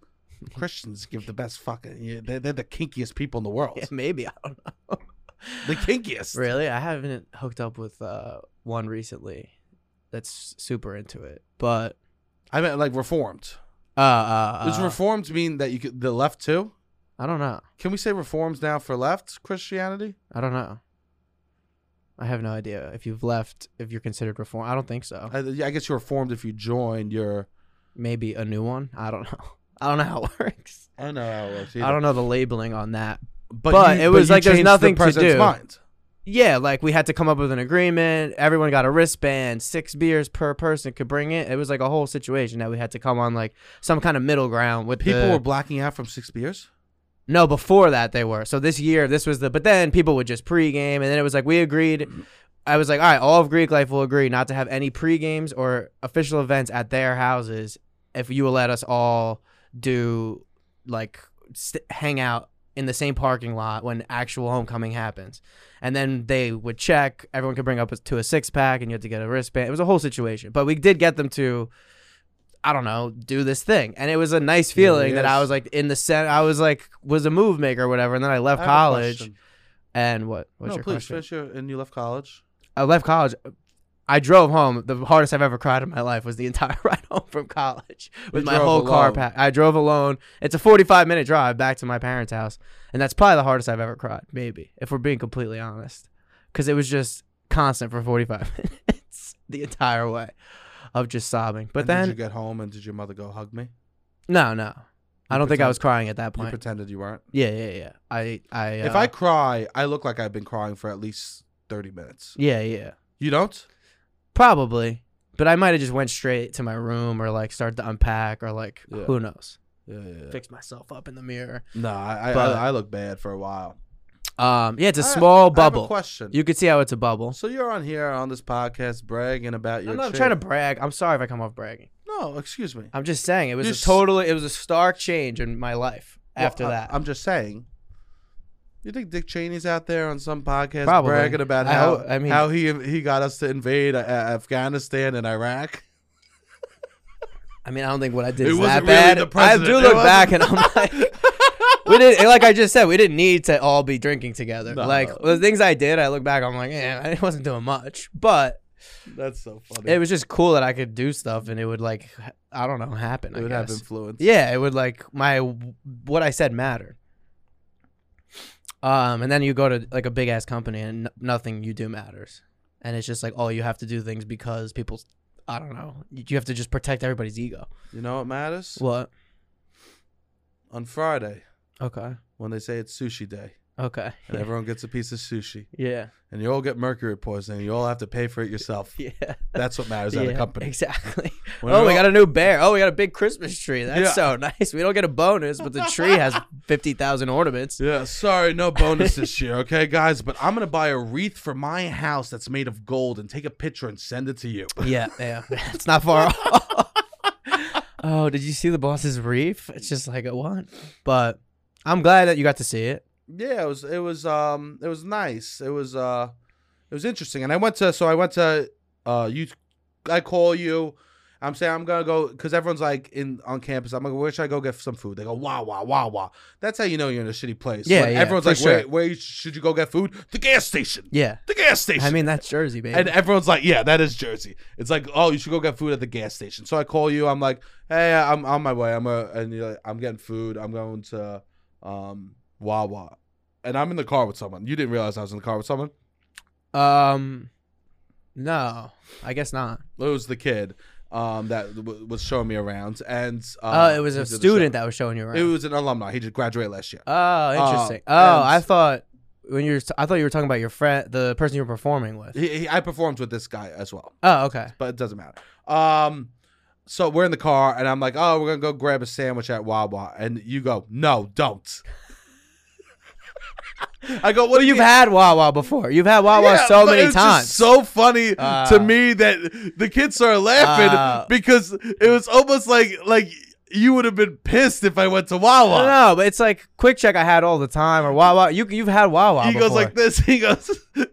[SPEAKER 1] Christians give the best fucking. Yeah, they're, they're the kinkiest people in the world.
[SPEAKER 2] Yeah, maybe I don't know.
[SPEAKER 1] The kinkiest.
[SPEAKER 2] really, I haven't hooked up with uh, one recently that's super into it, but
[SPEAKER 1] I meant like reformed.
[SPEAKER 2] uh, uh,
[SPEAKER 1] Does
[SPEAKER 2] uh,
[SPEAKER 1] reformed mean that you could, the left too?
[SPEAKER 2] I don't know.
[SPEAKER 1] Can we say reforms now for left Christianity?
[SPEAKER 2] I don't know. I have no idea if you've left if you're considered reform. I don't think so.
[SPEAKER 1] I, I guess you're reformed if you joined your.
[SPEAKER 2] Maybe a new one. I don't know. I don't know how it works.
[SPEAKER 1] I don't know how it works.
[SPEAKER 2] I don't know the labeling on that.
[SPEAKER 1] But,
[SPEAKER 2] but it was
[SPEAKER 1] you
[SPEAKER 2] like there's
[SPEAKER 1] changed
[SPEAKER 2] nothing to
[SPEAKER 1] president's
[SPEAKER 2] do.
[SPEAKER 1] Mind.
[SPEAKER 2] yeah, like we had to come up with an agreement. Everyone got a wristband. Six beers per person could bring it. It was like a whole situation that we had to come on like some kind of middle ground with
[SPEAKER 1] People
[SPEAKER 2] the-
[SPEAKER 1] were blacking out from six beers.
[SPEAKER 2] No, before that they were. So this year, this was the. But then people would just pregame, and then it was like we agreed. I was like, all right, all of Greek life will agree not to have any pregames or official events at their houses if you will let us all do like st- hang out in the same parking lot when actual homecoming happens. And then they would check. Everyone could bring up to a six pack, and you had to get a wristband. It was a whole situation, but we did get them to. I don't know, do this thing. And it was a nice feeling that I
[SPEAKER 1] yes.
[SPEAKER 2] was like in the set. I was like, was a move maker or whatever. And then I left
[SPEAKER 1] I have a
[SPEAKER 2] college.
[SPEAKER 1] question.
[SPEAKER 2] And what? What's
[SPEAKER 1] no,
[SPEAKER 2] your
[SPEAKER 1] please
[SPEAKER 2] question?
[SPEAKER 1] finish your. And you left college.
[SPEAKER 2] I left college. I drove home. The hardest I've ever cried in my life was the entire ride home from college with
[SPEAKER 1] You
[SPEAKER 2] my
[SPEAKER 1] drove
[SPEAKER 2] whole car
[SPEAKER 1] alone.
[SPEAKER 2] packed. I drove alone. It's a 45 minute drive back to my parents' house. And that's probably the hardest I've ever cried, maybe, if we're being completely honest. Because it was just constant for 45 minutes the entire way of just sobbing. But
[SPEAKER 1] And
[SPEAKER 2] then,
[SPEAKER 1] did you get home and did your mother go hug me?
[SPEAKER 2] no, no. I
[SPEAKER 1] You
[SPEAKER 2] don't think I
[SPEAKER 1] pretend-
[SPEAKER 2] was crying at that
[SPEAKER 1] You
[SPEAKER 2] point.
[SPEAKER 1] pretended you weren't.
[SPEAKER 2] Yeah, yeah, yeah. I, I.
[SPEAKER 1] If
[SPEAKER 2] uh,
[SPEAKER 1] I cry, I look like I've been crying for at least thirty minutes.
[SPEAKER 2] yeah, yeah,
[SPEAKER 1] You don't?
[SPEAKER 2] probably. But I might have just went straight to my room or like started to unpack or like
[SPEAKER 1] Yeah.
[SPEAKER 2] who knows.
[SPEAKER 1] Yeah, yeah.
[SPEAKER 2] Fix myself up in the mirror.
[SPEAKER 1] No, I I,
[SPEAKER 2] But-
[SPEAKER 1] I I look bad for a while.
[SPEAKER 2] Um, yeah, it's a
[SPEAKER 1] I-
[SPEAKER 2] small
[SPEAKER 1] I have a
[SPEAKER 2] bubble.
[SPEAKER 1] question.
[SPEAKER 2] You could see how it's a bubble.
[SPEAKER 1] so you're on here on this podcast bragging about your.
[SPEAKER 2] I'm not
[SPEAKER 1] chick.
[SPEAKER 2] trying to brag. I'm sorry if I come off bragging.
[SPEAKER 1] No, excuse me.
[SPEAKER 2] I'm just saying it was
[SPEAKER 1] You're
[SPEAKER 2] a
[SPEAKER 1] s-
[SPEAKER 2] totally it was a stark change in my life
[SPEAKER 1] Well,
[SPEAKER 2] after
[SPEAKER 1] I-
[SPEAKER 2] that.
[SPEAKER 1] I'm just saying. You think Dick Cheney's out there on some podcast
[SPEAKER 2] Probably.
[SPEAKER 1] bragging about
[SPEAKER 2] I
[SPEAKER 1] how
[SPEAKER 2] hope- I mean-
[SPEAKER 1] how he he got us to invade uh, Afghanistan and Iraq?
[SPEAKER 2] I mean, I don't think what I did
[SPEAKER 1] It
[SPEAKER 2] is that
[SPEAKER 1] wasn't really
[SPEAKER 2] bad.
[SPEAKER 1] the
[SPEAKER 2] I
[SPEAKER 1] president.
[SPEAKER 2] do
[SPEAKER 1] It
[SPEAKER 2] look
[SPEAKER 1] wasn't-
[SPEAKER 2] back and I'm like, we didn't. Like I just said, we didn't need to all be drinking together.
[SPEAKER 1] No.
[SPEAKER 2] Like the things I did, I look back, I'm like, eh, I wasn't doing much. But
[SPEAKER 1] That's so funny.
[SPEAKER 2] it was just cool that I could do stuff, and it would like, I don't know, happen.
[SPEAKER 1] It
[SPEAKER 2] I
[SPEAKER 1] would
[SPEAKER 2] guess.
[SPEAKER 1] have influence.
[SPEAKER 2] Yeah, it would like my what I said mattered. Um, and then you go to like a big ass company and n- nothing you do matters, and it's just like oh you have to do things because people, I don't know, you you have to just protect everybody's ego.
[SPEAKER 1] You know what matters?
[SPEAKER 2] What?
[SPEAKER 1] on Friday
[SPEAKER 2] Okay.
[SPEAKER 1] when they say it's sushi day
[SPEAKER 2] Okay.
[SPEAKER 1] and everyone gets a piece of sushi
[SPEAKER 2] Yeah.
[SPEAKER 1] and you all get mercury poisoning, you all have to pay for it yourself.
[SPEAKER 2] Yeah.
[SPEAKER 1] That's what matters at a
[SPEAKER 2] Yeah,
[SPEAKER 1] company.
[SPEAKER 2] Exactly.
[SPEAKER 1] When
[SPEAKER 2] oh,
[SPEAKER 1] we
[SPEAKER 2] we
[SPEAKER 1] all-
[SPEAKER 2] got a new bear. Oh, we got a big Christmas tree. That's
[SPEAKER 1] Yeah.
[SPEAKER 2] so nice. We don't get a bonus, but the tree has fifty thousand ornaments.
[SPEAKER 1] Yeah, sorry, no bonus this year, okay, guys? But I'm gonna buy a wreath for my house that's made of gold and take a picture and send it to you.
[SPEAKER 2] Yeah, yeah. It's not far off. oh, did you see the boss's reef? It's just like a one. But I'm glad that you got to see it.
[SPEAKER 1] Yeah, it was it was um it was nice. It was uh it was interesting. And I went to so I went to uh you I call you. I'm saying I'm gonna go because everyone's like in on campus. I'm like, where should I go get some food? They go, wah wah wah wah. That's how you know you're in a shitty place.
[SPEAKER 2] Yeah,
[SPEAKER 1] When
[SPEAKER 2] yeah,
[SPEAKER 1] everyone's
[SPEAKER 2] for
[SPEAKER 1] like, where,
[SPEAKER 2] sure.
[SPEAKER 1] where should you go get food? The gas station.
[SPEAKER 2] Yeah.
[SPEAKER 1] The gas station.
[SPEAKER 2] I mean, that's Jersey, baby.
[SPEAKER 1] And everyone's like, "Yeah, that is Jersey." It's like, "Oh, you should go get food at the gas station." So I call you. I'm like, "Hey, I'm on my way. I'm a, and you're like, I'm getting food. I'm going to um Wawa." And I'm in the car with someone. You didn't realize I was in the car with someone.
[SPEAKER 2] um, no, I guess not.
[SPEAKER 1] It was the kid um that w- was showing me around, and
[SPEAKER 2] Oh,
[SPEAKER 1] uh,
[SPEAKER 2] it was
[SPEAKER 1] he
[SPEAKER 2] a
[SPEAKER 1] did the
[SPEAKER 2] student
[SPEAKER 1] show.
[SPEAKER 2] that was showing you around.
[SPEAKER 1] It was an alumni. He just graduated last year.
[SPEAKER 2] oh, interesting. oh,
[SPEAKER 1] and-
[SPEAKER 2] I thought when you were, t- I thought you were talking about your friend, the person you were performing with.
[SPEAKER 1] He, he, I performed with this guy as well.
[SPEAKER 2] Oh, okay.
[SPEAKER 1] but it doesn't matter. Um, so we're in the car, and I'm like, "Oh, we're gonna go grab a sandwich at Wawa," and you go, "No, don't." I go, "What do
[SPEAKER 2] You've
[SPEAKER 1] mean?"
[SPEAKER 2] had Wawa before. You've had Wawa
[SPEAKER 1] Yeah,
[SPEAKER 2] so
[SPEAKER 1] but
[SPEAKER 2] many
[SPEAKER 1] it's just
[SPEAKER 2] times.
[SPEAKER 1] so funny
[SPEAKER 2] Ah.
[SPEAKER 1] to me that the kids started laughing
[SPEAKER 2] Ah.
[SPEAKER 1] because it was almost like like you would have been pissed if I went to Wawa.
[SPEAKER 2] No, but it's like Quick Check I had all the time or Wawa. You you've had Wawa.
[SPEAKER 1] He
[SPEAKER 2] before.
[SPEAKER 1] goes like this. He goes.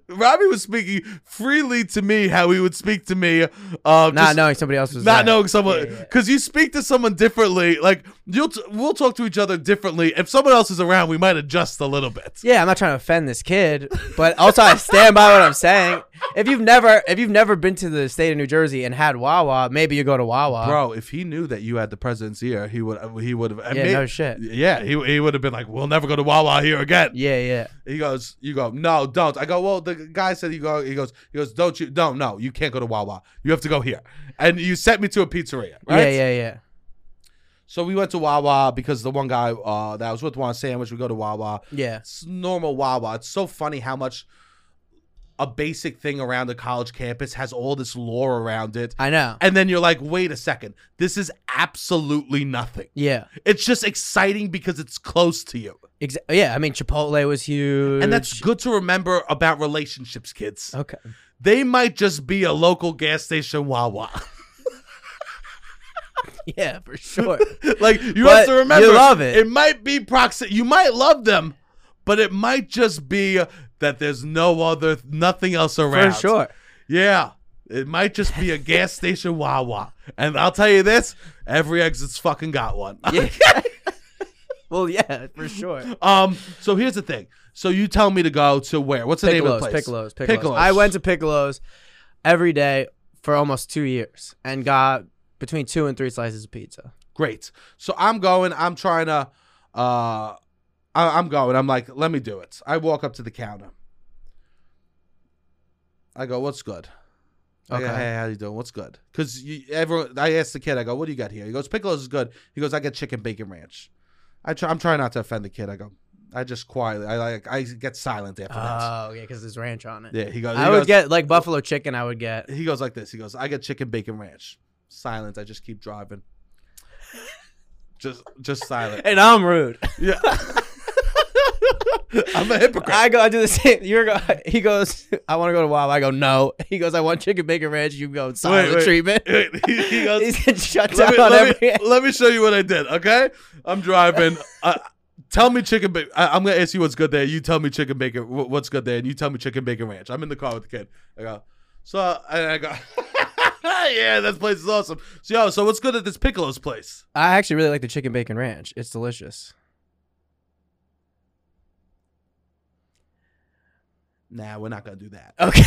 [SPEAKER 1] Robbie was speaking freely to me, how he would speak to me. Uh,
[SPEAKER 2] not
[SPEAKER 1] just
[SPEAKER 2] knowing somebody else was
[SPEAKER 1] not
[SPEAKER 2] there.
[SPEAKER 1] knowing someone
[SPEAKER 2] yeah.
[SPEAKER 1] because you speak to someone differently like you'll t- we'll talk to each other differently if someone else is around we might adjust a little bit
[SPEAKER 2] Yeah, I'm not trying to offend this kid, but also I stand by what I'm saying. If you've never if you've never been to the state of New Jersey and had Wawa, maybe you go to Wawa.
[SPEAKER 1] bro if he knew that you had the president's ear he would uh, he would have
[SPEAKER 2] Yeah, no shit.
[SPEAKER 1] yeah he, he would have been like we'll never go to wawa here again
[SPEAKER 2] Yeah, yeah.
[SPEAKER 1] he goes you go no don't i go well the guy said he go he goes he goes don't you no no you can't go to wawa you have to go here and you sent me to a pizzeria right
[SPEAKER 2] Yeah, yeah, yeah.
[SPEAKER 1] so we went to wawa because the one guy uh that I was with wanted a sandwich we go to wawa
[SPEAKER 2] Yeah.
[SPEAKER 1] it's normal Wawa. It's so funny how much a basic thing around a college campus has all this lore around it.
[SPEAKER 2] I know.
[SPEAKER 1] And then you're like, wait a second, this is absolutely nothing.
[SPEAKER 2] Yeah.
[SPEAKER 1] It's just exciting because it's close to you.
[SPEAKER 2] Exa- yeah. I mean, Chipotle was huge.
[SPEAKER 1] And that's good to remember about relationships, kids.
[SPEAKER 2] okay.
[SPEAKER 1] They might just be a local gas station Wawa.
[SPEAKER 2] Yeah, for sure.
[SPEAKER 1] like you
[SPEAKER 2] But
[SPEAKER 1] have to
[SPEAKER 2] you
[SPEAKER 1] remember
[SPEAKER 2] love it.
[SPEAKER 1] It might be proxy you might love them, but it might just be that there's no other nothing else
[SPEAKER 2] for
[SPEAKER 1] around.
[SPEAKER 2] sure.
[SPEAKER 1] Yeah. It might just be a gas station Wawa. And I'll tell you this, every exit's fucking got one.
[SPEAKER 2] Yeah. well, yeah, for sure.
[SPEAKER 1] um so here's the thing. So you tell me to go to where? What's the name
[SPEAKER 2] Piccolo's,
[SPEAKER 1] of the place?
[SPEAKER 2] Piccolo's, Piccolo's,
[SPEAKER 1] Piccolo's.
[SPEAKER 2] I went to Piccolo's every day for almost two years and got between two and three slices of pizza.
[SPEAKER 1] Great. So I'm going. I'm trying to. Uh, I, I'm going. I'm like, let me do it. I walk up to the counter. I go, what's good? Okay.
[SPEAKER 2] Okay.
[SPEAKER 1] hey, how you doing? What's good? Because everyone, I asked the kid. I go, what do you got here? He goes, pickles is good. He goes, I get chicken bacon ranch. I try, I'm trying not to offend the kid. I go, I just quietly. I like. I get silent after
[SPEAKER 2] Oh, yeah, because there's ranch on it.
[SPEAKER 1] that. Yeah. He goes.
[SPEAKER 2] I
[SPEAKER 1] he
[SPEAKER 2] would
[SPEAKER 1] goes-
[SPEAKER 2] get like buffalo chicken. I would get.
[SPEAKER 1] he goes like this. He goes, I get chicken bacon ranch. Silence. I just keep driving. just, just silent.
[SPEAKER 2] And I'm rude.
[SPEAKER 1] Yeah. I'm a hypocrite.
[SPEAKER 2] I go. I do the same. You're go. He goes. I want to go to Wawa. I go. No. He goes. I want chicken bacon ranch. You go. Silent
[SPEAKER 1] wait.
[SPEAKER 2] treatment.
[SPEAKER 1] he, he goes,
[SPEAKER 2] He said, shut
[SPEAKER 1] let,
[SPEAKER 2] down
[SPEAKER 1] me, let, me,
[SPEAKER 2] every.
[SPEAKER 1] let me show you what I did, okay? I'm driving. uh, tell me chicken bacon. I'm going to ask you what's good there. You tell me chicken bacon, wh- what's good there, and you tell me chicken bacon ranch. I'm in the car with the kid. I go, so, and I go, yeah, this place is awesome. So, yo, so what's good at this Piccolo's place?
[SPEAKER 2] I actually really like the chicken bacon ranch. It's delicious.
[SPEAKER 1] Nah, we're not going to do that.
[SPEAKER 2] Okay.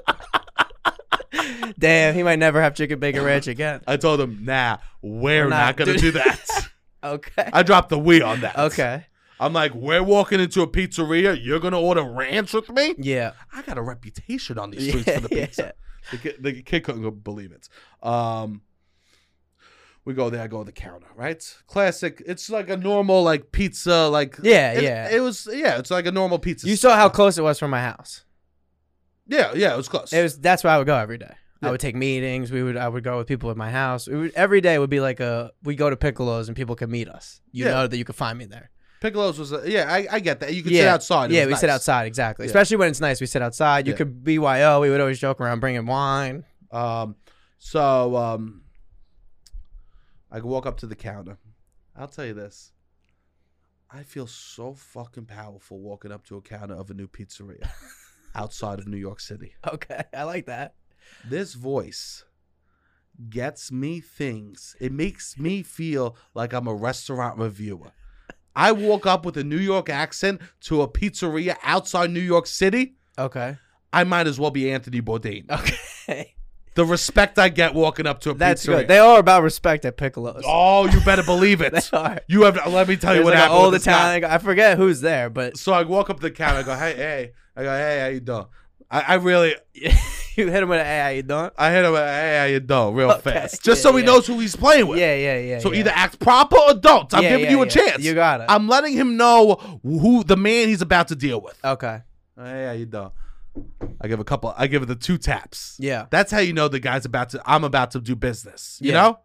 [SPEAKER 2] Damn, he might never have chicken bacon ranch again.
[SPEAKER 1] I told him, nah, we're,
[SPEAKER 2] We're not
[SPEAKER 1] not, going to do
[SPEAKER 2] doing-
[SPEAKER 1] that.
[SPEAKER 2] Okay.
[SPEAKER 1] I dropped the we on that.
[SPEAKER 2] Okay.
[SPEAKER 1] I'm like, we're walking into a pizzeria. You're gonna order ranch with me?
[SPEAKER 2] Yeah.
[SPEAKER 1] I got a reputation on these streets
[SPEAKER 2] Yeah,
[SPEAKER 1] for the
[SPEAKER 2] yeah.
[SPEAKER 1] pizza. The, kid, the kid couldn't believe it. Um, we go there. I go to the counter. Right, classic. It's like a normal like pizza. Like
[SPEAKER 2] Yeah,
[SPEAKER 1] it,
[SPEAKER 2] yeah.
[SPEAKER 1] It was yeah. It's like a normal pizza.
[SPEAKER 2] You saw how close it was from my house.
[SPEAKER 1] Yeah, yeah. It was close.
[SPEAKER 2] It was that's where I would go every day.
[SPEAKER 1] Yeah.
[SPEAKER 2] I would take meetings. We would I would go with people at my house. It would, every day would be like a we go to Piccolo's and people could meet us. You
[SPEAKER 1] Yeah.
[SPEAKER 2] know that you could find me there.
[SPEAKER 1] Piccolo's was. A, yeah, I, I get that. You could sit
[SPEAKER 2] Yeah.
[SPEAKER 1] outside. It
[SPEAKER 2] yeah,
[SPEAKER 1] was
[SPEAKER 2] we
[SPEAKER 1] nice.
[SPEAKER 2] sit outside exactly.
[SPEAKER 1] Yeah.
[SPEAKER 2] Especially when it's nice, we sit outside. You
[SPEAKER 1] Yeah.
[SPEAKER 2] could BYO. We would always joke around bringing wine.
[SPEAKER 1] Um, so um, I could walk up to the counter. I'll tell you this. I feel so fucking powerful walking up to a counter of a new pizzeria outside of New York City.
[SPEAKER 2] Okay, I like that.
[SPEAKER 1] This voice gets me things. It makes me feel like I'm a restaurant reviewer. I walk up with a New York accent to a pizzeria outside New York City.
[SPEAKER 2] Okay.
[SPEAKER 1] I might as well be Anthony Bourdain.
[SPEAKER 2] Okay.
[SPEAKER 1] The respect I get walking up to a
[SPEAKER 2] That's
[SPEAKER 1] pizzeria.
[SPEAKER 2] good. They are about respect at Piccolo's.
[SPEAKER 1] Oh, you better believe
[SPEAKER 2] they
[SPEAKER 1] it.
[SPEAKER 2] are.
[SPEAKER 1] You have. Let me tell you
[SPEAKER 2] There's
[SPEAKER 1] what
[SPEAKER 2] like
[SPEAKER 1] happened.
[SPEAKER 2] all
[SPEAKER 1] with
[SPEAKER 2] the
[SPEAKER 1] this guy.
[SPEAKER 2] time. I forget who's there, but
[SPEAKER 1] So I walk up to the counter. I go, hey, hey. I go, hey, how you doing? I, I really,
[SPEAKER 2] you hit him with a hey, how you doing?
[SPEAKER 1] I hit him. with, Hey, how you doing? Real
[SPEAKER 2] Okay,
[SPEAKER 1] fast, just
[SPEAKER 2] yeah,
[SPEAKER 1] so he
[SPEAKER 2] yeah.
[SPEAKER 1] knows who he's playing with.
[SPEAKER 2] Yeah, yeah, yeah.
[SPEAKER 1] So
[SPEAKER 2] yeah.
[SPEAKER 1] either act proper or don't. I'm
[SPEAKER 2] Yeah,
[SPEAKER 1] giving
[SPEAKER 2] yeah,
[SPEAKER 1] you a
[SPEAKER 2] yeah.
[SPEAKER 1] chance.
[SPEAKER 2] You got it.
[SPEAKER 1] I'm letting him know who the man he's about to deal with.
[SPEAKER 2] okay.
[SPEAKER 1] Hey, how you doing? I give a couple. I give it the two taps.
[SPEAKER 2] Yeah.
[SPEAKER 1] That's how you know the guy's about to. I'm about to do business. You
[SPEAKER 2] Yeah.
[SPEAKER 1] know.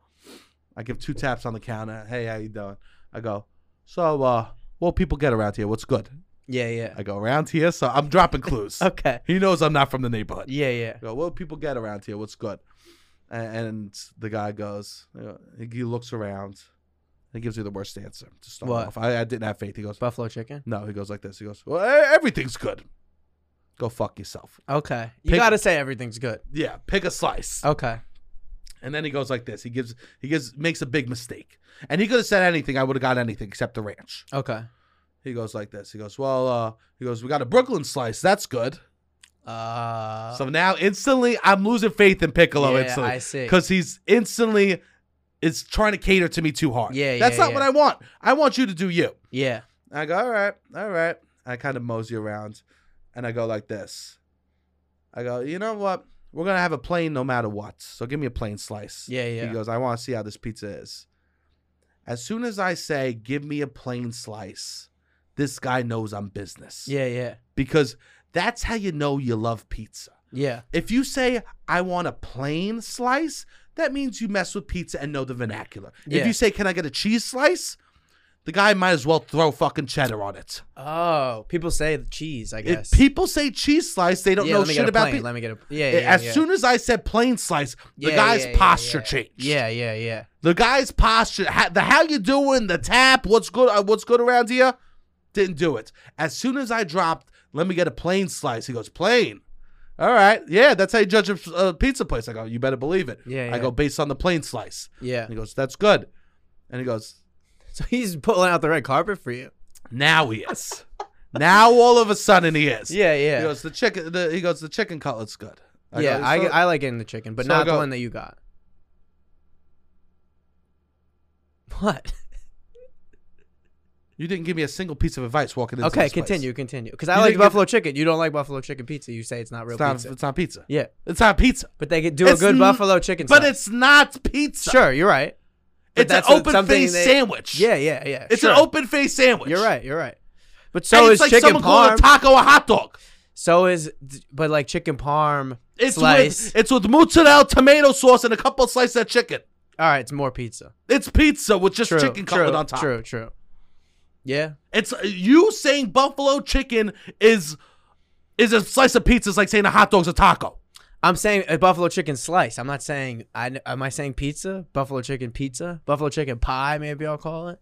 [SPEAKER 1] I give two taps on the counter. Hey, how you doing? I go. So, uh, well, people get around here. What's good?
[SPEAKER 2] Yeah, yeah.
[SPEAKER 1] I go around here, so I'm dropping clues.
[SPEAKER 2] Okay.
[SPEAKER 1] He knows I'm not from the neighborhood.
[SPEAKER 2] Yeah, yeah.
[SPEAKER 1] I go, well, people get around here. What's good? And, and the guy goes. you know, He looks around. He gives you the worst answer to start
[SPEAKER 2] What?
[SPEAKER 1] off. I, I didn't have faith. He goes,
[SPEAKER 2] Buffalo chicken.
[SPEAKER 1] no. He goes like this. He goes, well, e- everything's good. Go fuck yourself.
[SPEAKER 2] Okay. You
[SPEAKER 1] Pick-
[SPEAKER 2] got to say everything's good.
[SPEAKER 1] Yeah, pick a slice.
[SPEAKER 2] Okay.
[SPEAKER 1] And then he goes like this. He gives he gives makes a big mistake. And he could have said anything. I would have got anything except the ranch.
[SPEAKER 2] Okay.
[SPEAKER 1] He goes like this. He goes, "Well, uh, he goes, we got a Brooklyn slice. That's good."
[SPEAKER 2] Uh
[SPEAKER 1] so now instantly I'm losing faith in Piccolo
[SPEAKER 2] yeah,
[SPEAKER 1] instantly.
[SPEAKER 2] I see.
[SPEAKER 1] Cuz he's instantly is trying to cater to me too hard.
[SPEAKER 2] Yeah,
[SPEAKER 1] That's
[SPEAKER 2] yeah,
[SPEAKER 1] not
[SPEAKER 2] yeah.
[SPEAKER 1] what I want. I want you to do you.
[SPEAKER 2] Yeah.
[SPEAKER 1] I go, all right, all right. I kind of mosey around and I go like this. I go, you know what? We're going to have a plain no matter what. So give me a plain slice.
[SPEAKER 2] Yeah, yeah.
[SPEAKER 1] He goes, I want to see how this pizza is. As soon as I say, give me a plain slice, this guy knows I'm business.
[SPEAKER 2] Yeah, yeah,
[SPEAKER 1] Because that's how you know you love pizza.
[SPEAKER 2] yeah.
[SPEAKER 1] If you say I want a plain slice, that means you mess with pizza and know the vernacular.
[SPEAKER 2] Yeah.
[SPEAKER 1] If you say, "Can I get a cheese slice?" the guy might as well throw fucking cheddar on it.
[SPEAKER 2] Oh, people say the cheese. I
[SPEAKER 1] If
[SPEAKER 2] guess.
[SPEAKER 1] people say cheese slice, they don't
[SPEAKER 2] yeah,
[SPEAKER 1] know
[SPEAKER 2] let me
[SPEAKER 1] shit
[SPEAKER 2] get a
[SPEAKER 1] about
[SPEAKER 2] plane.
[SPEAKER 1] pizza.
[SPEAKER 2] Let me get a. Yeah, yeah.
[SPEAKER 1] as
[SPEAKER 2] yeah.
[SPEAKER 1] soon as I said plain slice, the
[SPEAKER 2] Yeah,
[SPEAKER 1] guy's
[SPEAKER 2] yeah, yeah,
[SPEAKER 1] posture
[SPEAKER 2] yeah.
[SPEAKER 1] changed.
[SPEAKER 2] Yeah, yeah, yeah.
[SPEAKER 1] the guy's posture, ha- the how you doing, the tap, what's good, uh, what's good around here, didn't do it. As soon as I dropped, let me get a plain slice. He goes plain. All right, yeah, that's how you judge a a pizza place. I go, you better believe it.
[SPEAKER 2] Yeah,
[SPEAKER 1] I
[SPEAKER 2] yeah.
[SPEAKER 1] go based on the plain slice.
[SPEAKER 2] Yeah.
[SPEAKER 1] And he goes, that's good. And he goes,
[SPEAKER 2] So he's pulling out the red carpet for you.
[SPEAKER 1] now he is. now all of a sudden he is.
[SPEAKER 2] Yeah, yeah.
[SPEAKER 1] He goes the chicken. The, he goes the chicken cutlet's good.
[SPEAKER 2] yeah,
[SPEAKER 1] go,
[SPEAKER 2] I,
[SPEAKER 1] "So-
[SPEAKER 2] I like getting the chicken, but
[SPEAKER 1] so I
[SPEAKER 2] not the
[SPEAKER 1] go-
[SPEAKER 2] one that you got. What?
[SPEAKER 1] you didn't give me a single piece of advice walking into
[SPEAKER 2] Okay,
[SPEAKER 1] this place.
[SPEAKER 2] continue, continue. Because I
[SPEAKER 1] You
[SPEAKER 2] like
[SPEAKER 1] didn't
[SPEAKER 2] the
[SPEAKER 1] give-
[SPEAKER 2] buffalo chicken. You don't like buffalo chicken pizza. You say it's not real
[SPEAKER 1] It's not,
[SPEAKER 2] pizza.
[SPEAKER 1] it's not pizza.
[SPEAKER 2] yeah,
[SPEAKER 1] It's not pizza.
[SPEAKER 2] but they could do a
[SPEAKER 1] It's
[SPEAKER 2] good
[SPEAKER 1] n-
[SPEAKER 2] buffalo chicken.
[SPEAKER 1] But
[SPEAKER 2] slice.
[SPEAKER 1] it's not pizza.
[SPEAKER 2] sure, you're right. But
[SPEAKER 1] It's an
[SPEAKER 2] that's what-
[SPEAKER 1] open
[SPEAKER 2] something
[SPEAKER 1] face
[SPEAKER 2] they-
[SPEAKER 1] sandwich.
[SPEAKER 2] Yeah, yeah, yeah.
[SPEAKER 1] It's
[SPEAKER 2] sure.
[SPEAKER 1] an open face sandwich.
[SPEAKER 2] You're right. You're right. But
[SPEAKER 1] So
[SPEAKER 2] so is
[SPEAKER 1] and it's like
[SPEAKER 2] chicken
[SPEAKER 1] someone calling a
[SPEAKER 2] parm.
[SPEAKER 1] taco a hot dog.
[SPEAKER 2] so is, but like chicken parm
[SPEAKER 1] It's
[SPEAKER 2] slice.
[SPEAKER 1] with it's with mozzarella, tomato sauce, and a couple of slices of chicken.
[SPEAKER 2] All right, it's more pizza.
[SPEAKER 1] It's pizza with just
[SPEAKER 2] True,
[SPEAKER 1] chicken
[SPEAKER 2] true,
[SPEAKER 1] cutlet on top.
[SPEAKER 2] True, true. Yeah,
[SPEAKER 1] It's you saying buffalo chicken is is a slice of pizza is like saying a hot dog's a taco.
[SPEAKER 2] I'm saying a buffalo chicken slice. I'm not saying I am I saying pizza? Buffalo chicken pizza? Buffalo chicken pie maybe I'll call it.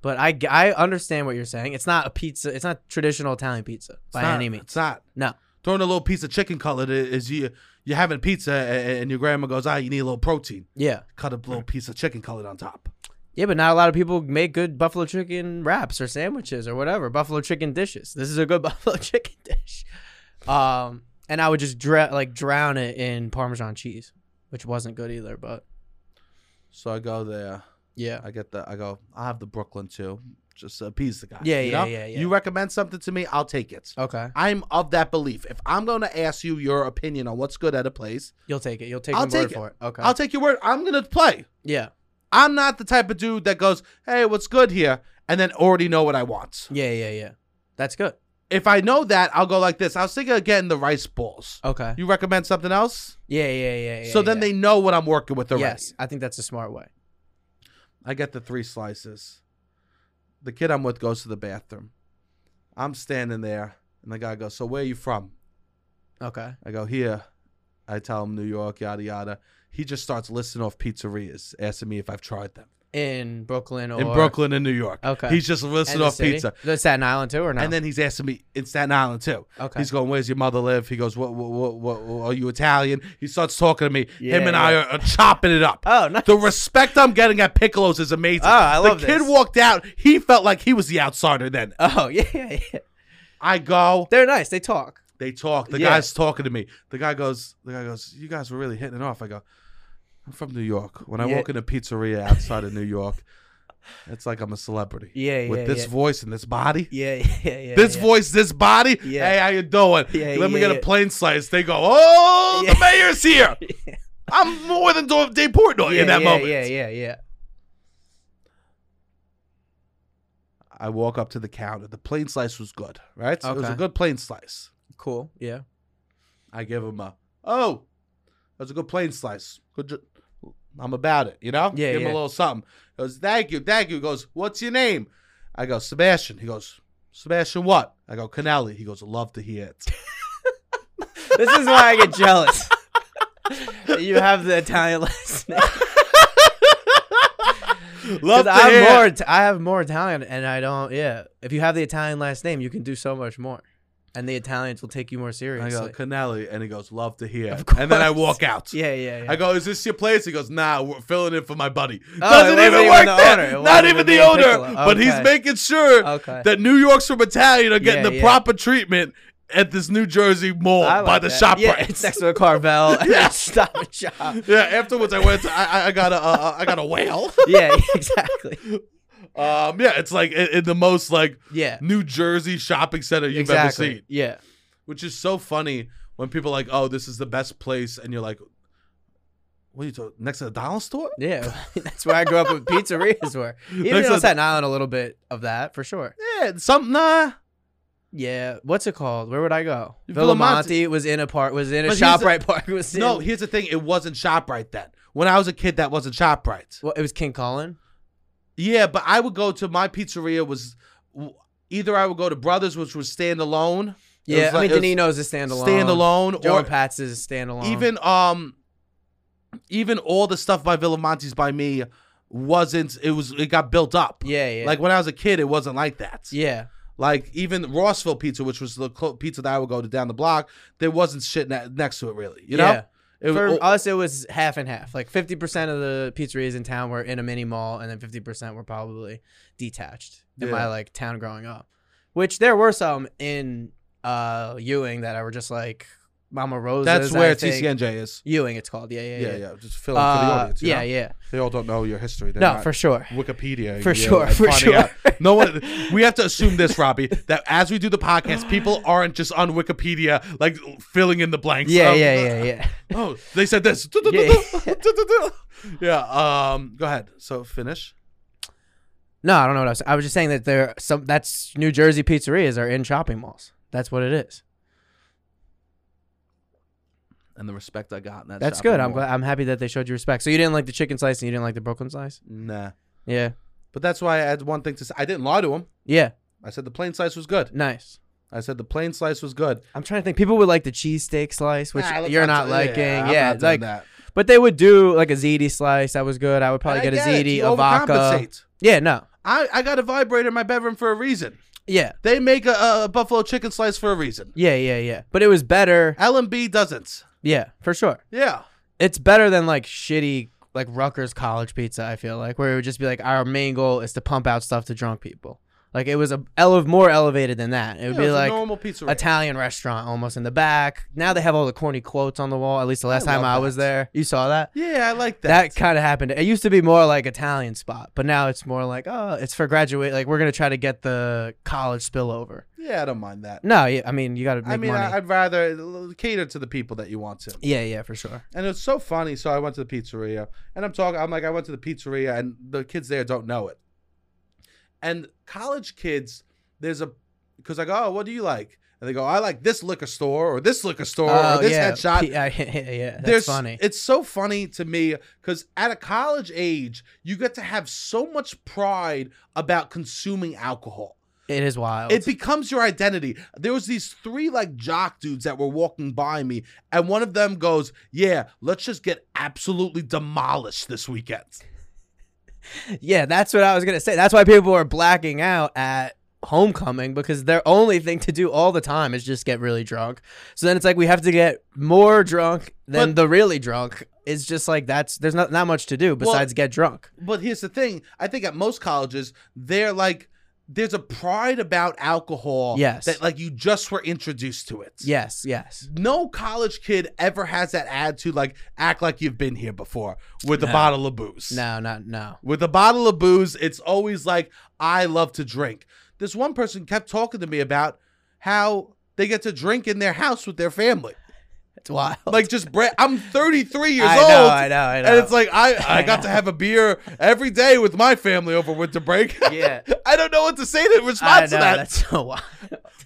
[SPEAKER 2] But I, I understand what you're saying. It's not a pizza. It's not traditional Italian pizza by
[SPEAKER 1] It's not-
[SPEAKER 2] any means.
[SPEAKER 1] It's not.
[SPEAKER 2] No.
[SPEAKER 1] Throwing a little piece of chicken cutlet i- is you you having pizza a- and your grandma goes, ah, you need a little protein.
[SPEAKER 2] Yeah.
[SPEAKER 1] Cut a little piece of chicken cutlet on top.
[SPEAKER 2] Yeah, but not a lot of people make good buffalo chicken wraps or sandwiches or whatever. Buffalo chicken dishes. This is a good buffalo chicken dish. Um and I would just dra- like drown it in parmesan cheese, which wasn't good either, but
[SPEAKER 1] So I go there.
[SPEAKER 2] yeah.
[SPEAKER 1] I get the. I go. I will have the Brooklyn too, just to appease the guy.
[SPEAKER 2] Yeah,
[SPEAKER 1] you
[SPEAKER 2] yeah,
[SPEAKER 1] know?
[SPEAKER 2] yeah, yeah.
[SPEAKER 1] You recommend something to me, I'll take it.
[SPEAKER 2] Okay.
[SPEAKER 1] I'm of that belief. If I'm going to ask you your opinion on what's good at a place,
[SPEAKER 2] You'll take it. You'll take
[SPEAKER 1] I'll
[SPEAKER 2] my word
[SPEAKER 1] take it.
[SPEAKER 2] for it. Okay.
[SPEAKER 1] I'll take your word. I'm going to play.
[SPEAKER 2] yeah.
[SPEAKER 1] I'm not the type of dude that goes, "Hey, what's good here?" and then already know what I want.
[SPEAKER 2] Yeah, yeah, yeah. That's good.
[SPEAKER 1] If I know that, I'll go like this. I was thinking of getting the rice balls.
[SPEAKER 2] Okay.
[SPEAKER 1] You recommend something else?
[SPEAKER 2] Yeah, yeah, yeah. yeah
[SPEAKER 1] so then
[SPEAKER 2] yeah.
[SPEAKER 1] they know what I'm working with already.
[SPEAKER 2] Yes, I think that's a smart way.
[SPEAKER 1] I get the three slices. The kid I'm with goes to the bathroom. I'm standing there, and the guy goes, "So where are you from?"
[SPEAKER 2] Okay.
[SPEAKER 1] I go, "Here." I tell him New York, yada yada. He just starts listing off pizzerias, asking me if I've tried them
[SPEAKER 2] In Brooklyn or
[SPEAKER 1] in Brooklyn and New York.
[SPEAKER 2] Okay.
[SPEAKER 1] He's just
[SPEAKER 2] and
[SPEAKER 1] listing
[SPEAKER 2] the
[SPEAKER 1] off
[SPEAKER 2] city?
[SPEAKER 1] pizza,
[SPEAKER 2] The Staten Island too, or not?
[SPEAKER 1] and then he's asking me in Staten Island too.
[SPEAKER 2] okay.
[SPEAKER 1] He's going, "Where's your mother live?" He goes, "What? What? What? what, what are you Italian?" He starts talking to me. Him
[SPEAKER 2] Yeah,
[SPEAKER 1] and I
[SPEAKER 2] yeah.
[SPEAKER 1] are, are chopping it up.
[SPEAKER 2] oh, nice.
[SPEAKER 1] The respect I'm getting at Piccolo's is amazing.
[SPEAKER 2] Oh, I love
[SPEAKER 1] The kid
[SPEAKER 2] this.
[SPEAKER 1] walked out. He felt like he was the outsider then.
[SPEAKER 2] oh yeah, yeah, yeah.
[SPEAKER 1] I go.
[SPEAKER 2] They're nice. They talk.
[SPEAKER 1] They talk. The
[SPEAKER 2] Yeah.
[SPEAKER 1] guy's talking to me. The guy goes. The guy goes. You guys were really hitting it off. I go. I'm from New York. When I
[SPEAKER 2] Yeah.
[SPEAKER 1] walk in a pizzeria outside of New York, it's like I'm a celebrity.
[SPEAKER 2] Yeah, yeah,
[SPEAKER 1] With this
[SPEAKER 2] yeah.
[SPEAKER 1] voice and this body.
[SPEAKER 2] Yeah, yeah, yeah.
[SPEAKER 1] This
[SPEAKER 2] yeah.
[SPEAKER 1] voice, this body.
[SPEAKER 2] Yeah.
[SPEAKER 1] Hey, how you doing?
[SPEAKER 2] Yeah,
[SPEAKER 1] Let me
[SPEAKER 2] yeah,
[SPEAKER 1] get a
[SPEAKER 2] yeah.
[SPEAKER 1] plain slice. They go, oh, the
[SPEAKER 2] Yeah.
[SPEAKER 1] mayor's here.
[SPEAKER 2] Yeah.
[SPEAKER 1] I'm more than Do- Dave Portnoy
[SPEAKER 2] yeah,
[SPEAKER 1] in that
[SPEAKER 2] yeah,
[SPEAKER 1] moment.
[SPEAKER 2] Yeah, yeah, yeah.
[SPEAKER 1] I walk up to the counter. The plain slice was good, right? It was a
[SPEAKER 2] Okay.
[SPEAKER 1] good plain slice.
[SPEAKER 2] Cool. Yeah.
[SPEAKER 1] I give him a, oh, that's a good plain slice. Good, jo- I'm about it, you know?
[SPEAKER 2] Yeah,
[SPEAKER 1] Give him
[SPEAKER 2] yeah.
[SPEAKER 1] a little something. He goes, thank you, thank you. He goes, what's your name? I go, Sebastian. He goes, Sebastian what? I go, Canelli. He goes, love to hear it.
[SPEAKER 2] This is why I get jealous. you have the Italian last name.
[SPEAKER 1] love to
[SPEAKER 2] I'm
[SPEAKER 1] hear it.
[SPEAKER 2] more. It- I have more Italian, and I don't. Yeah. If you have the Italian last name, you can do so much more, and the Italians will take you more
[SPEAKER 1] I
[SPEAKER 2] seriously.
[SPEAKER 1] go, Canelli. And he goes, love to hear
[SPEAKER 2] Of
[SPEAKER 1] it. And then I
[SPEAKER 2] course.
[SPEAKER 1] walk out.
[SPEAKER 2] Yeah, yeah, yeah.
[SPEAKER 1] I go, is this your place? He goes, nah, we're filling in for my buddy.
[SPEAKER 2] Oh, it
[SPEAKER 1] Doesn't
[SPEAKER 2] wasn't
[SPEAKER 1] even
[SPEAKER 2] even
[SPEAKER 1] work
[SPEAKER 2] the owner.
[SPEAKER 1] there.
[SPEAKER 2] It
[SPEAKER 1] Not
[SPEAKER 2] wasn't
[SPEAKER 1] even
[SPEAKER 2] even
[SPEAKER 1] the
[SPEAKER 2] Dan
[SPEAKER 1] owner.
[SPEAKER 2] Piccolo.
[SPEAKER 1] But he's
[SPEAKER 2] Okay.
[SPEAKER 1] making sure
[SPEAKER 2] Okay.
[SPEAKER 1] that New York's from Italian are getting
[SPEAKER 2] Yeah,
[SPEAKER 1] the
[SPEAKER 2] yeah.
[SPEAKER 1] proper treatment at this New Jersey mall
[SPEAKER 2] I like
[SPEAKER 1] by the
[SPEAKER 2] that.
[SPEAKER 1] shop
[SPEAKER 2] Yeah,
[SPEAKER 1] right.
[SPEAKER 2] it's next to a Carvel.
[SPEAKER 1] Yeah.
[SPEAKER 2] yeah, stop and shop.
[SPEAKER 1] Yeah, afterwards I went to, I, I- I got a, uh, I got a whale.
[SPEAKER 2] Yeah, exactly.
[SPEAKER 1] Um, yeah, it's like in, in the most like
[SPEAKER 2] Yeah,
[SPEAKER 1] New Jersey shopping center you've
[SPEAKER 2] exactly.
[SPEAKER 1] ever seen.
[SPEAKER 2] Yeah,
[SPEAKER 1] Which is so funny when people are like, oh, this is the best place. And you're like, What are you talking? Next to the dollar store?
[SPEAKER 2] Yeah, that's where I grew up with pizzerias were. Even
[SPEAKER 1] Next
[SPEAKER 2] on
[SPEAKER 1] up-
[SPEAKER 2] Staten Island, a little bit of that for sure.
[SPEAKER 1] Yeah, something. Uh,
[SPEAKER 2] Yeah, what's it called? Where would I go?
[SPEAKER 1] Villa
[SPEAKER 2] Villa
[SPEAKER 1] Monte.
[SPEAKER 2] Monte was in a park. Was in a
[SPEAKER 1] But here's the-
[SPEAKER 2] Shoprite park. Was in,
[SPEAKER 1] no, here's the thing. It wasn't Shoprite then. When I was a kid, that wasn't Shoprite.
[SPEAKER 2] Well, it was King Colin.
[SPEAKER 1] Yeah, but I would go to my pizzeria was w- either I would go to Brothers, which was standalone, It
[SPEAKER 2] Yeah,
[SPEAKER 1] was
[SPEAKER 2] I
[SPEAKER 1] like-
[SPEAKER 2] mean
[SPEAKER 1] it was
[SPEAKER 2] Danino's is standalone.
[SPEAKER 1] standalone,
[SPEAKER 2] Joe
[SPEAKER 1] or
[SPEAKER 2] and Pat's is standalone.
[SPEAKER 1] even um, even all the stuff by Villamontes by me wasn't. It was it got built up.
[SPEAKER 2] yeah, yeah,
[SPEAKER 1] Like when I was a kid, it wasn't like that.
[SPEAKER 2] yeah,
[SPEAKER 1] Like even Rossville Pizza, which was the clo- pizza that I would go to down the block, there wasn't shit ne- next to it really. You know,
[SPEAKER 2] Yeah.
[SPEAKER 1] it
[SPEAKER 2] For
[SPEAKER 1] was,
[SPEAKER 2] us, it was half and half. Like fifty percent of the pizzerias in town were in a mini mall, and then fifty percent were probably detached in my
[SPEAKER 1] Yeah.
[SPEAKER 2] like town growing up. Which there were some in uh Ewing that I were just like Mama Rosa's.
[SPEAKER 1] that's
[SPEAKER 2] I
[SPEAKER 1] where
[SPEAKER 2] think.
[SPEAKER 1] TCNJ is.
[SPEAKER 2] Ewing, it's called. Yeah, yeah, yeah.
[SPEAKER 1] Yeah, yeah. Just fill in for the
[SPEAKER 2] Uh,
[SPEAKER 1] audience. you
[SPEAKER 2] yeah,
[SPEAKER 1] know?
[SPEAKER 2] yeah.
[SPEAKER 1] They all don't know your history. They're
[SPEAKER 2] No,
[SPEAKER 1] not-
[SPEAKER 2] for sure.
[SPEAKER 1] Wikipedia.
[SPEAKER 2] For
[SPEAKER 1] you
[SPEAKER 2] sure,
[SPEAKER 1] and
[SPEAKER 2] for
[SPEAKER 1] finding
[SPEAKER 2] sure.
[SPEAKER 1] out- No one. We have to assume this, Robbie, that as we do the podcast, people aren't just on Wikipedia like filling in the blanks.
[SPEAKER 2] Yeah,
[SPEAKER 1] of,
[SPEAKER 2] yeah, yeah, yeah.
[SPEAKER 1] Oh, they said this.
[SPEAKER 2] Yeah.
[SPEAKER 1] yeah. Um. Go ahead. So finish.
[SPEAKER 2] No, I don't know what I was. I was just saying that there are some. That's New Jersey pizzerias are in shopping malls. That's what it is.
[SPEAKER 1] And the respect I got. In that
[SPEAKER 2] That's
[SPEAKER 1] shopping
[SPEAKER 2] good. I'm
[SPEAKER 1] mall.
[SPEAKER 2] glad, I'm happy that they showed you respect. So you didn't like the chicken slice and you didn't like the Brooklyn slice.
[SPEAKER 1] Nah.
[SPEAKER 2] Yeah.
[SPEAKER 1] But that's why I had one thing to say. I didn't lie to him.
[SPEAKER 2] Yeah.
[SPEAKER 1] I said the plain slice was good.
[SPEAKER 2] Nice.
[SPEAKER 1] I said the plain slice was good.
[SPEAKER 2] I'm trying to think. People would like the cheesesteak slice, which
[SPEAKER 1] Nah,
[SPEAKER 2] you're
[SPEAKER 1] I'm
[SPEAKER 2] not
[SPEAKER 1] t-
[SPEAKER 2] liking.
[SPEAKER 1] I'm
[SPEAKER 2] Yeah.
[SPEAKER 1] not doing
[SPEAKER 2] like,
[SPEAKER 1] that.
[SPEAKER 2] but they would do like a ziti slice. That was good. I would probably
[SPEAKER 1] And I
[SPEAKER 2] get a
[SPEAKER 1] get it.
[SPEAKER 2] ziti,
[SPEAKER 1] You
[SPEAKER 2] a vodka.
[SPEAKER 1] overcompensate.
[SPEAKER 2] Yeah. No.
[SPEAKER 1] I I got a vibrator in my bedroom for a reason.
[SPEAKER 2] Yeah.
[SPEAKER 1] They make a, a buffalo chicken slice for a reason.
[SPEAKER 2] Yeah. Yeah. Yeah. But it was better.
[SPEAKER 1] LMB doesn't.
[SPEAKER 2] Yeah, for sure.
[SPEAKER 1] Yeah.
[SPEAKER 2] It's better than like shitty like Rutgers college pizza. I feel like where it would just be like our main goal is to pump out stuff to drunk people. Like it was a ele- more elevated than that. It would
[SPEAKER 1] Yeah,
[SPEAKER 2] be
[SPEAKER 1] it's a
[SPEAKER 2] like
[SPEAKER 1] normal pizza.
[SPEAKER 2] Italian restaurant almost in the back. Now they have all the corny quotes on the wall. At least the last
[SPEAKER 1] I
[SPEAKER 2] time
[SPEAKER 1] love
[SPEAKER 2] I was
[SPEAKER 1] that.
[SPEAKER 2] there, you saw that.
[SPEAKER 1] yeah, I like that.
[SPEAKER 2] That kind of happened. It used to be more like Italian spot, but now it's more like oh, it's for graduate. Like we're gonna try to get the college spillover.
[SPEAKER 1] yeah, I don't mind that.
[SPEAKER 2] No, yeah, I mean you got to make
[SPEAKER 1] I mean,
[SPEAKER 2] money.
[SPEAKER 1] I, I'd rather l- cater to the people that you want to.
[SPEAKER 2] yeah, yeah, for sure.
[SPEAKER 1] And it's so funny. So I went to the pizzeria, and I'm talking. I'm like, I went to the pizzeria, and the kids there don't know it. And college kids, there's a because I go, oh, what do you like? And they go, I like this liquor store or this liquor store or
[SPEAKER 2] Oh,
[SPEAKER 1] this
[SPEAKER 2] yeah,
[SPEAKER 1] headshot.
[SPEAKER 2] P- I- yeah, yeah, that's
[SPEAKER 1] There's,
[SPEAKER 2] funny.
[SPEAKER 1] It's so funny to me because at a college age, you get to have so much pride about consuming alcohol.
[SPEAKER 2] It is wild.
[SPEAKER 1] It becomes your identity. There was these three like jock dudes that were walking by me, and one of them goes, "Yeah, let's just get absolutely demolished this weekend."
[SPEAKER 2] yeah, that's what I was gonna say. That's why people are blacking out at homecoming because their only thing to do all the time is just get really drunk. So then it's like we have to get more drunk than
[SPEAKER 1] But-
[SPEAKER 2] the really drunk. It's just like that's there's not not much to do besides get drunk.
[SPEAKER 1] But here's the thing: I think at most colleges, they're like, there's a pride about alcohol.
[SPEAKER 2] Yes.
[SPEAKER 1] that like you just were introduced to it.
[SPEAKER 2] Yes, yes.
[SPEAKER 1] No college kid ever has that attitude, like act like you've been here before with a bottle of booze.
[SPEAKER 2] No, not no.
[SPEAKER 1] With a bottle of booze, it's always like, I love to drink. This one person kept talking to me about how they get to drink in their house with their family.
[SPEAKER 2] It's wild.
[SPEAKER 1] Like, just Brett, I'm 33 years
[SPEAKER 2] I
[SPEAKER 1] old.
[SPEAKER 2] know, I know, I know.
[SPEAKER 1] And it's like, I, I got to have a beer every day with my family over winter break.
[SPEAKER 2] Yeah.
[SPEAKER 1] I don't know what to say to
[SPEAKER 2] I know,
[SPEAKER 1] respond to that.
[SPEAKER 2] that's so wild.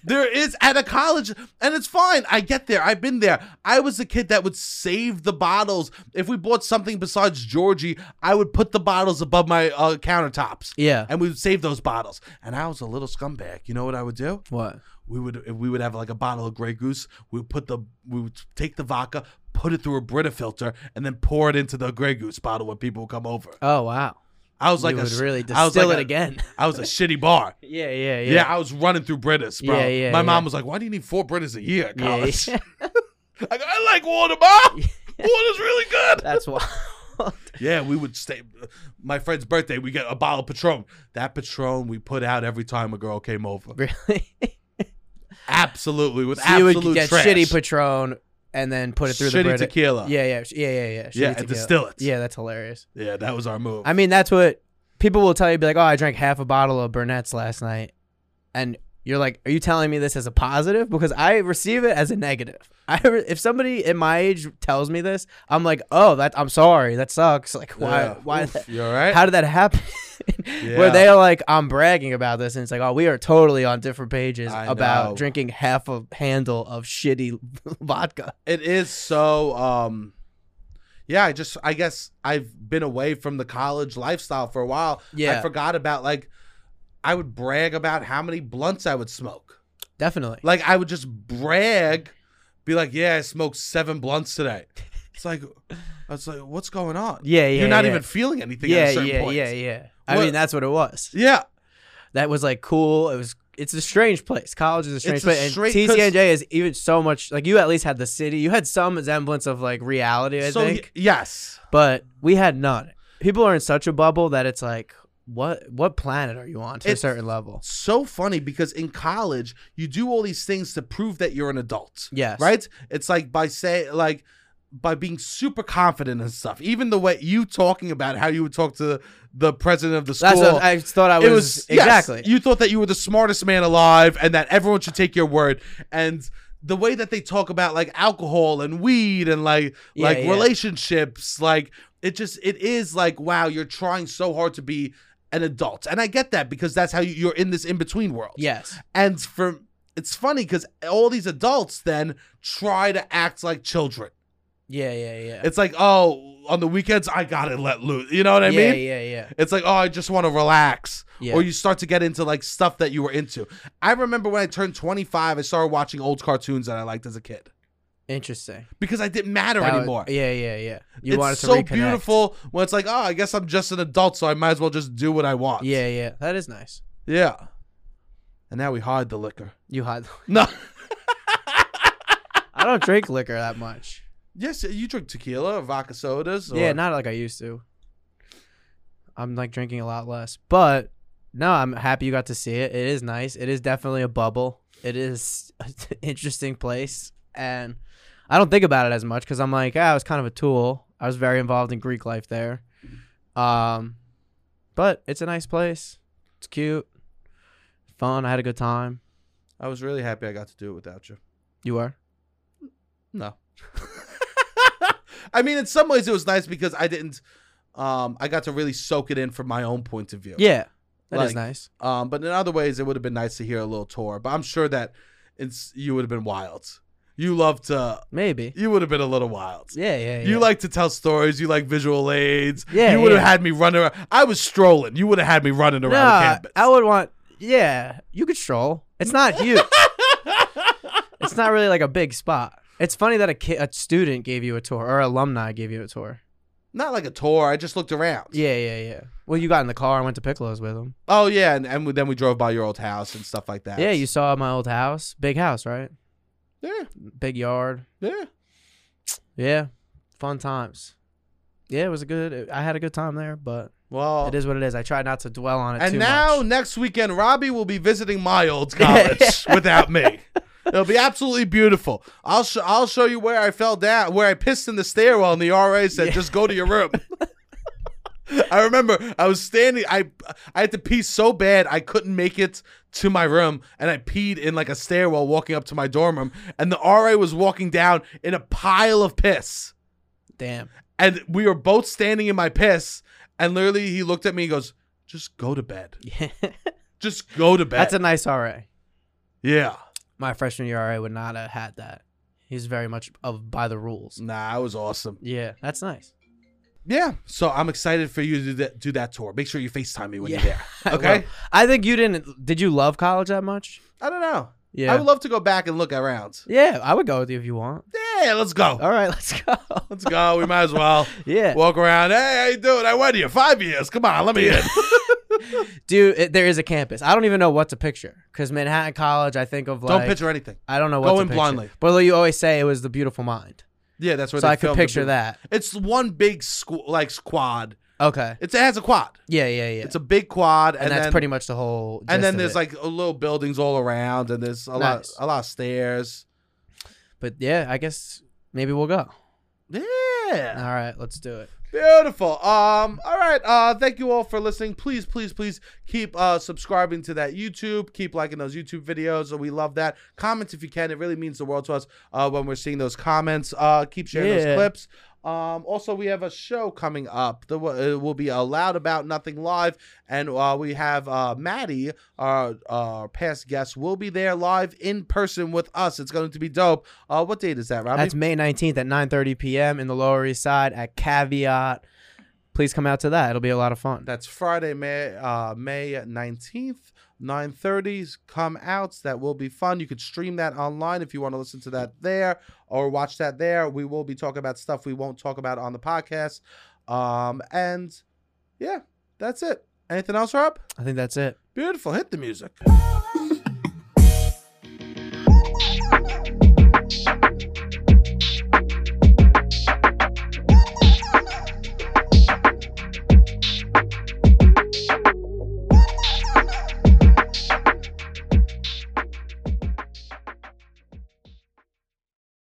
[SPEAKER 1] There is at a college, and it's fine. I get there. I've been there. I was the kid that would save the bottles. If we bought something besides Georgie, I would put the bottles above my uh, countertops.
[SPEAKER 2] Yeah.
[SPEAKER 1] and we would save those bottles. And I was a little scumbag. You know what I would do?
[SPEAKER 2] What?
[SPEAKER 1] We would we would have like a bottle of Grey Goose. We would put the we would take the vodka, put it through a Brita filter, and then pour it into the Grey Goose bottle when people would come over.
[SPEAKER 2] Oh wow.
[SPEAKER 1] I was like
[SPEAKER 2] you
[SPEAKER 1] a
[SPEAKER 2] would
[SPEAKER 1] s-
[SPEAKER 2] really
[SPEAKER 1] I was
[SPEAKER 2] distill
[SPEAKER 1] like
[SPEAKER 2] it
[SPEAKER 1] a-
[SPEAKER 2] again.
[SPEAKER 1] I was a shitty bar.
[SPEAKER 2] yeah, yeah,
[SPEAKER 1] Yeah. I was running through Britas, bro.
[SPEAKER 2] Yeah, yeah,
[SPEAKER 1] My mom
[SPEAKER 2] yeah.
[SPEAKER 1] was like, "Why do you need four Britas a year at
[SPEAKER 2] Yeah,
[SPEAKER 1] college?"
[SPEAKER 2] yeah.
[SPEAKER 1] I, go, I like water, mom. Water's really good.
[SPEAKER 2] That's wild.
[SPEAKER 1] Yeah, we would stay. My friend's birthday, we get a bottle of Patron. That Patron we put out every time a girl came over.
[SPEAKER 2] really?
[SPEAKER 1] Absolutely, with
[SPEAKER 2] you
[SPEAKER 1] absolute
[SPEAKER 2] would get
[SPEAKER 1] trash.
[SPEAKER 2] shitty Patron and then put it through the
[SPEAKER 1] Shitty
[SPEAKER 2] Brita.
[SPEAKER 1] tequila.
[SPEAKER 2] Yeah, yeah, sh- yeah, yeah, yeah. Shitty
[SPEAKER 1] Yeah, and
[SPEAKER 2] tequila.
[SPEAKER 1] distill it.
[SPEAKER 2] Yeah, that's hilarious.
[SPEAKER 1] yeah, that was our move.
[SPEAKER 2] I mean, that's what people will tell you. Be like, oh, I drank half a bottle of Burnett's last night, and you're like, are you telling me this as a positive? Because I receive it as a negative. I re- if somebody at my age tells me this, I'm like, oh, that I'm sorry, that sucks. Like, why?
[SPEAKER 1] Yeah.
[SPEAKER 2] Why?
[SPEAKER 1] Oof,
[SPEAKER 2] the-
[SPEAKER 1] you all right?
[SPEAKER 2] How did that happen?
[SPEAKER 1] Eh. Yeah.
[SPEAKER 2] Where they are like, I'm bragging about this, and it's like, oh, we are totally on different pages
[SPEAKER 1] I
[SPEAKER 2] about
[SPEAKER 1] know.
[SPEAKER 2] drinking half a handle of shitty vodka.
[SPEAKER 1] It is so um yeah, I just I guess I've been away from the college lifestyle for a while. I
[SPEAKER 2] Yeah.
[SPEAKER 1] forgot about like I would brag about how many blunts I would smoke.
[SPEAKER 2] Definitely.
[SPEAKER 1] Like I would just brag, be like, "Yeah, I smoked 7 blunts today." It's like I was like, "What's going on?"
[SPEAKER 2] Yeah, yeah.
[SPEAKER 1] You're not
[SPEAKER 2] yeah.
[SPEAKER 1] even feeling anything at
[SPEAKER 2] Yeah,
[SPEAKER 1] a certain
[SPEAKER 2] yeah,
[SPEAKER 1] point.
[SPEAKER 2] yeah, yeah. I
[SPEAKER 1] What-
[SPEAKER 2] mean, that's what it was.
[SPEAKER 1] Yeah,
[SPEAKER 2] that was like cool. It was. It's a strange place. College is a strange
[SPEAKER 1] It's a
[SPEAKER 2] place.
[SPEAKER 1] straight-
[SPEAKER 2] and
[SPEAKER 1] 'cause-
[SPEAKER 2] TCNJ is even so much like you at least had the city. You had some semblance of like reality, I
[SPEAKER 1] so y-
[SPEAKER 2] think,
[SPEAKER 1] yes.
[SPEAKER 2] but we had none. People are in such a bubble that it's like, what what planet are you on to a
[SPEAKER 1] It's-
[SPEAKER 2] certain level?
[SPEAKER 1] so funny because in college you do all these things to prove that you're an adult.
[SPEAKER 2] Yes.
[SPEAKER 1] Right? It's like by say like by being super confident and stuff. Even the way you talking about how you would talk to the president of the school.
[SPEAKER 2] That's what I thought. I was,
[SPEAKER 1] it was yes,
[SPEAKER 2] exactly.
[SPEAKER 1] you thought that you were the smartest man alive and that everyone should take your word and the way that they talk about like alcohol and weed and like
[SPEAKER 2] Yeah,
[SPEAKER 1] like
[SPEAKER 2] yeah.
[SPEAKER 1] relationships like it just it is like wow you're trying so hard to be an adult and i get that because that's how you, you're in this in between world
[SPEAKER 2] yes.
[SPEAKER 1] and for it's funny because all these adults then try to act like children
[SPEAKER 2] Yeah. Yeah. Yeah.
[SPEAKER 1] it's like oh on the weekends i gotta let loose you know what i
[SPEAKER 2] yeah,
[SPEAKER 1] mean
[SPEAKER 2] yeah. Yeah.
[SPEAKER 1] it's like, oh, I just want to relax.
[SPEAKER 2] Yeah.
[SPEAKER 1] Or you start to get into like stuff that you were into. I remember when I turned 25, I started watching old cartoons that I liked as a kid
[SPEAKER 2] Interesting.
[SPEAKER 1] because I didn't matter
[SPEAKER 2] That was-
[SPEAKER 1] anymore.
[SPEAKER 2] Yeah. Yeah. Yeah. You
[SPEAKER 1] it's
[SPEAKER 2] wanted to
[SPEAKER 1] so
[SPEAKER 2] reconnect.
[SPEAKER 1] beautiful when it's like, oh, I guess I'm just an adult, so I might as well just do what I want.
[SPEAKER 2] Yeah. Yeah. That is nice.
[SPEAKER 1] Yeah. And now we hide the liquor.
[SPEAKER 2] You had.
[SPEAKER 1] No.
[SPEAKER 2] I don't drink liquor that much.
[SPEAKER 1] yes, you drink tequila or vodka sodas. Or,
[SPEAKER 2] Yeah, not like I used to. I'm like drinking a lot less, but no, I'm happy you got to see it. It is nice. It is definitely a bubble. It is an interesting place, and I don't think about it as much because I'm like, ah, I was kind of a tool. I was very involved in Greek life there, um, but it's a nice place. It's cute, fun. I had a good time.
[SPEAKER 1] I was really happy I got to do it without you.
[SPEAKER 2] You were.
[SPEAKER 1] No. I mean, in some ways, it was nice because I didn't. Um, I got to really soak it in from my own point of view.
[SPEAKER 2] Yeah, that is
[SPEAKER 1] Like-
[SPEAKER 2] nice.
[SPEAKER 1] Um, but in other ways, it would have been nice to hear a little tour. But I'm sure that it's you would have been wild. You love to.
[SPEAKER 2] Maybe.
[SPEAKER 1] You would have been a little wild.
[SPEAKER 2] Yeah, yeah. yeah.
[SPEAKER 1] You like to tell stories. You like visual aids.
[SPEAKER 2] Yeah,
[SPEAKER 1] You would have
[SPEAKER 2] yeah.
[SPEAKER 1] had me running. around. I was strolling. You would have had me running around the campus.
[SPEAKER 2] I would want. Yeah, you could stroll. It's not huge. it's not really like a big spot. It's funny that a kid, a student gave you a tour or alumni gave you a tour.
[SPEAKER 1] Not like a tour. I just looked around.
[SPEAKER 2] Yeah, yeah, yeah. Well, you got in the car and went to Piccolo's with him.
[SPEAKER 1] Oh yeah, and, and then we drove by your old house and stuff like that.
[SPEAKER 2] Yeah, you saw my old house, big house, right?
[SPEAKER 1] Yeah.
[SPEAKER 2] Big yard.
[SPEAKER 1] Yeah.
[SPEAKER 2] Yeah, fun times. Yeah, it was a good. I had a good time there, but
[SPEAKER 1] Well,
[SPEAKER 2] it is what it is. I try not to dwell on it.
[SPEAKER 1] Oh. And
[SPEAKER 2] too
[SPEAKER 1] now
[SPEAKER 2] much.
[SPEAKER 1] next weekend, Robbie will be visiting my old college without me. It'll be absolutely beautiful. I'll sh- I'll show you where I fell down, where I pissed in the stairwell, and the RA said, "Just go to your room." I remember I was standing. I I had to pee so bad I couldn't make it to my room, and I peed in like a stairwell walking up to my dorm room, and the RA was walking down in a pile of piss
[SPEAKER 2] damn.
[SPEAKER 1] and we were both standing in my piss and literally he looked at me and goes just go to bed
[SPEAKER 2] Yeah,
[SPEAKER 1] just go to bed
[SPEAKER 2] that's a nice RA.
[SPEAKER 1] yeah
[SPEAKER 2] my freshman year RA would not have had that. He's very much of by the rules.
[SPEAKER 1] nah i was awesome
[SPEAKER 2] Yeah, that's nice.
[SPEAKER 1] yeah so i'm excited for you to do that, do that tour make sure you facetime me when
[SPEAKER 2] Yeah.
[SPEAKER 1] you're there okay
[SPEAKER 2] I think you didn't. Did you love college that much?
[SPEAKER 1] i don't know
[SPEAKER 2] Yeah.
[SPEAKER 1] i would love to go back and look around
[SPEAKER 2] Yeah, I would go with you if you want.
[SPEAKER 1] yeah let's go
[SPEAKER 2] All right, let's go.
[SPEAKER 1] let's go we might as well
[SPEAKER 2] yeah,
[SPEAKER 1] walk around hey how you doing i went here five years come on let me in
[SPEAKER 2] dude, it, there is a campus. I don't even know what to picture because Manhattan College. I think of like
[SPEAKER 1] don't picture anything
[SPEAKER 2] I don't know what
[SPEAKER 1] Go
[SPEAKER 2] to
[SPEAKER 1] in
[SPEAKER 2] picture.
[SPEAKER 1] blindly.
[SPEAKER 2] But like you always say it was the beautiful mind,
[SPEAKER 1] yeah that's where
[SPEAKER 2] so
[SPEAKER 1] they
[SPEAKER 2] I could
[SPEAKER 1] filmed the
[SPEAKER 2] picture
[SPEAKER 1] big-
[SPEAKER 2] that.
[SPEAKER 1] it's one big squ- like squad
[SPEAKER 2] Okay.
[SPEAKER 1] it's, it has a quad
[SPEAKER 2] Yeah, yeah, yeah.
[SPEAKER 1] it's a big quad and,
[SPEAKER 2] and, that's
[SPEAKER 1] then-
[SPEAKER 2] pretty much the whole.
[SPEAKER 1] and
[SPEAKER 2] gist
[SPEAKER 1] then
[SPEAKER 2] of
[SPEAKER 1] there's
[SPEAKER 2] it.
[SPEAKER 1] like a little buildings all around, and there's a lot,
[SPEAKER 2] Nice.
[SPEAKER 1] a lot of stairs.
[SPEAKER 2] but yeah, I guess maybe we'll go.
[SPEAKER 1] Yeah.
[SPEAKER 2] All right, let's do it.
[SPEAKER 1] Beautiful. Um. All right. Uh. Thank you all for listening. Please, please, please keep uh subscribing to that YouTube. Keep liking those YouTube videos. We love that. Comments if you can. It really means the world to us. Uh, when we're seeing those comments. Uh, keep sharing
[SPEAKER 2] Yeah.
[SPEAKER 1] those clips. Um, also, we have a show coming up. The, it will be allowed about nothing live, and uh, we have uh, Maddie, our, our past guest, will be there live in person with us. It's going to be dope. Uh, what date is that, Robbie?
[SPEAKER 2] That's May 19th at 9:30 p.m. in the Lower East Side at Caveat. Please come out to that. It'll be a lot of fun.
[SPEAKER 1] That's Friday, May uh, May nineteenth, nine thirties. Come out. That will be fun. You could stream that online if you want to listen to that there or watch that there. We will be talking about stuff we won't talk about on the podcast. Um, and yeah, that's it. Anything else, Rob?
[SPEAKER 2] I think that's it.
[SPEAKER 1] Beautiful. Hit the music.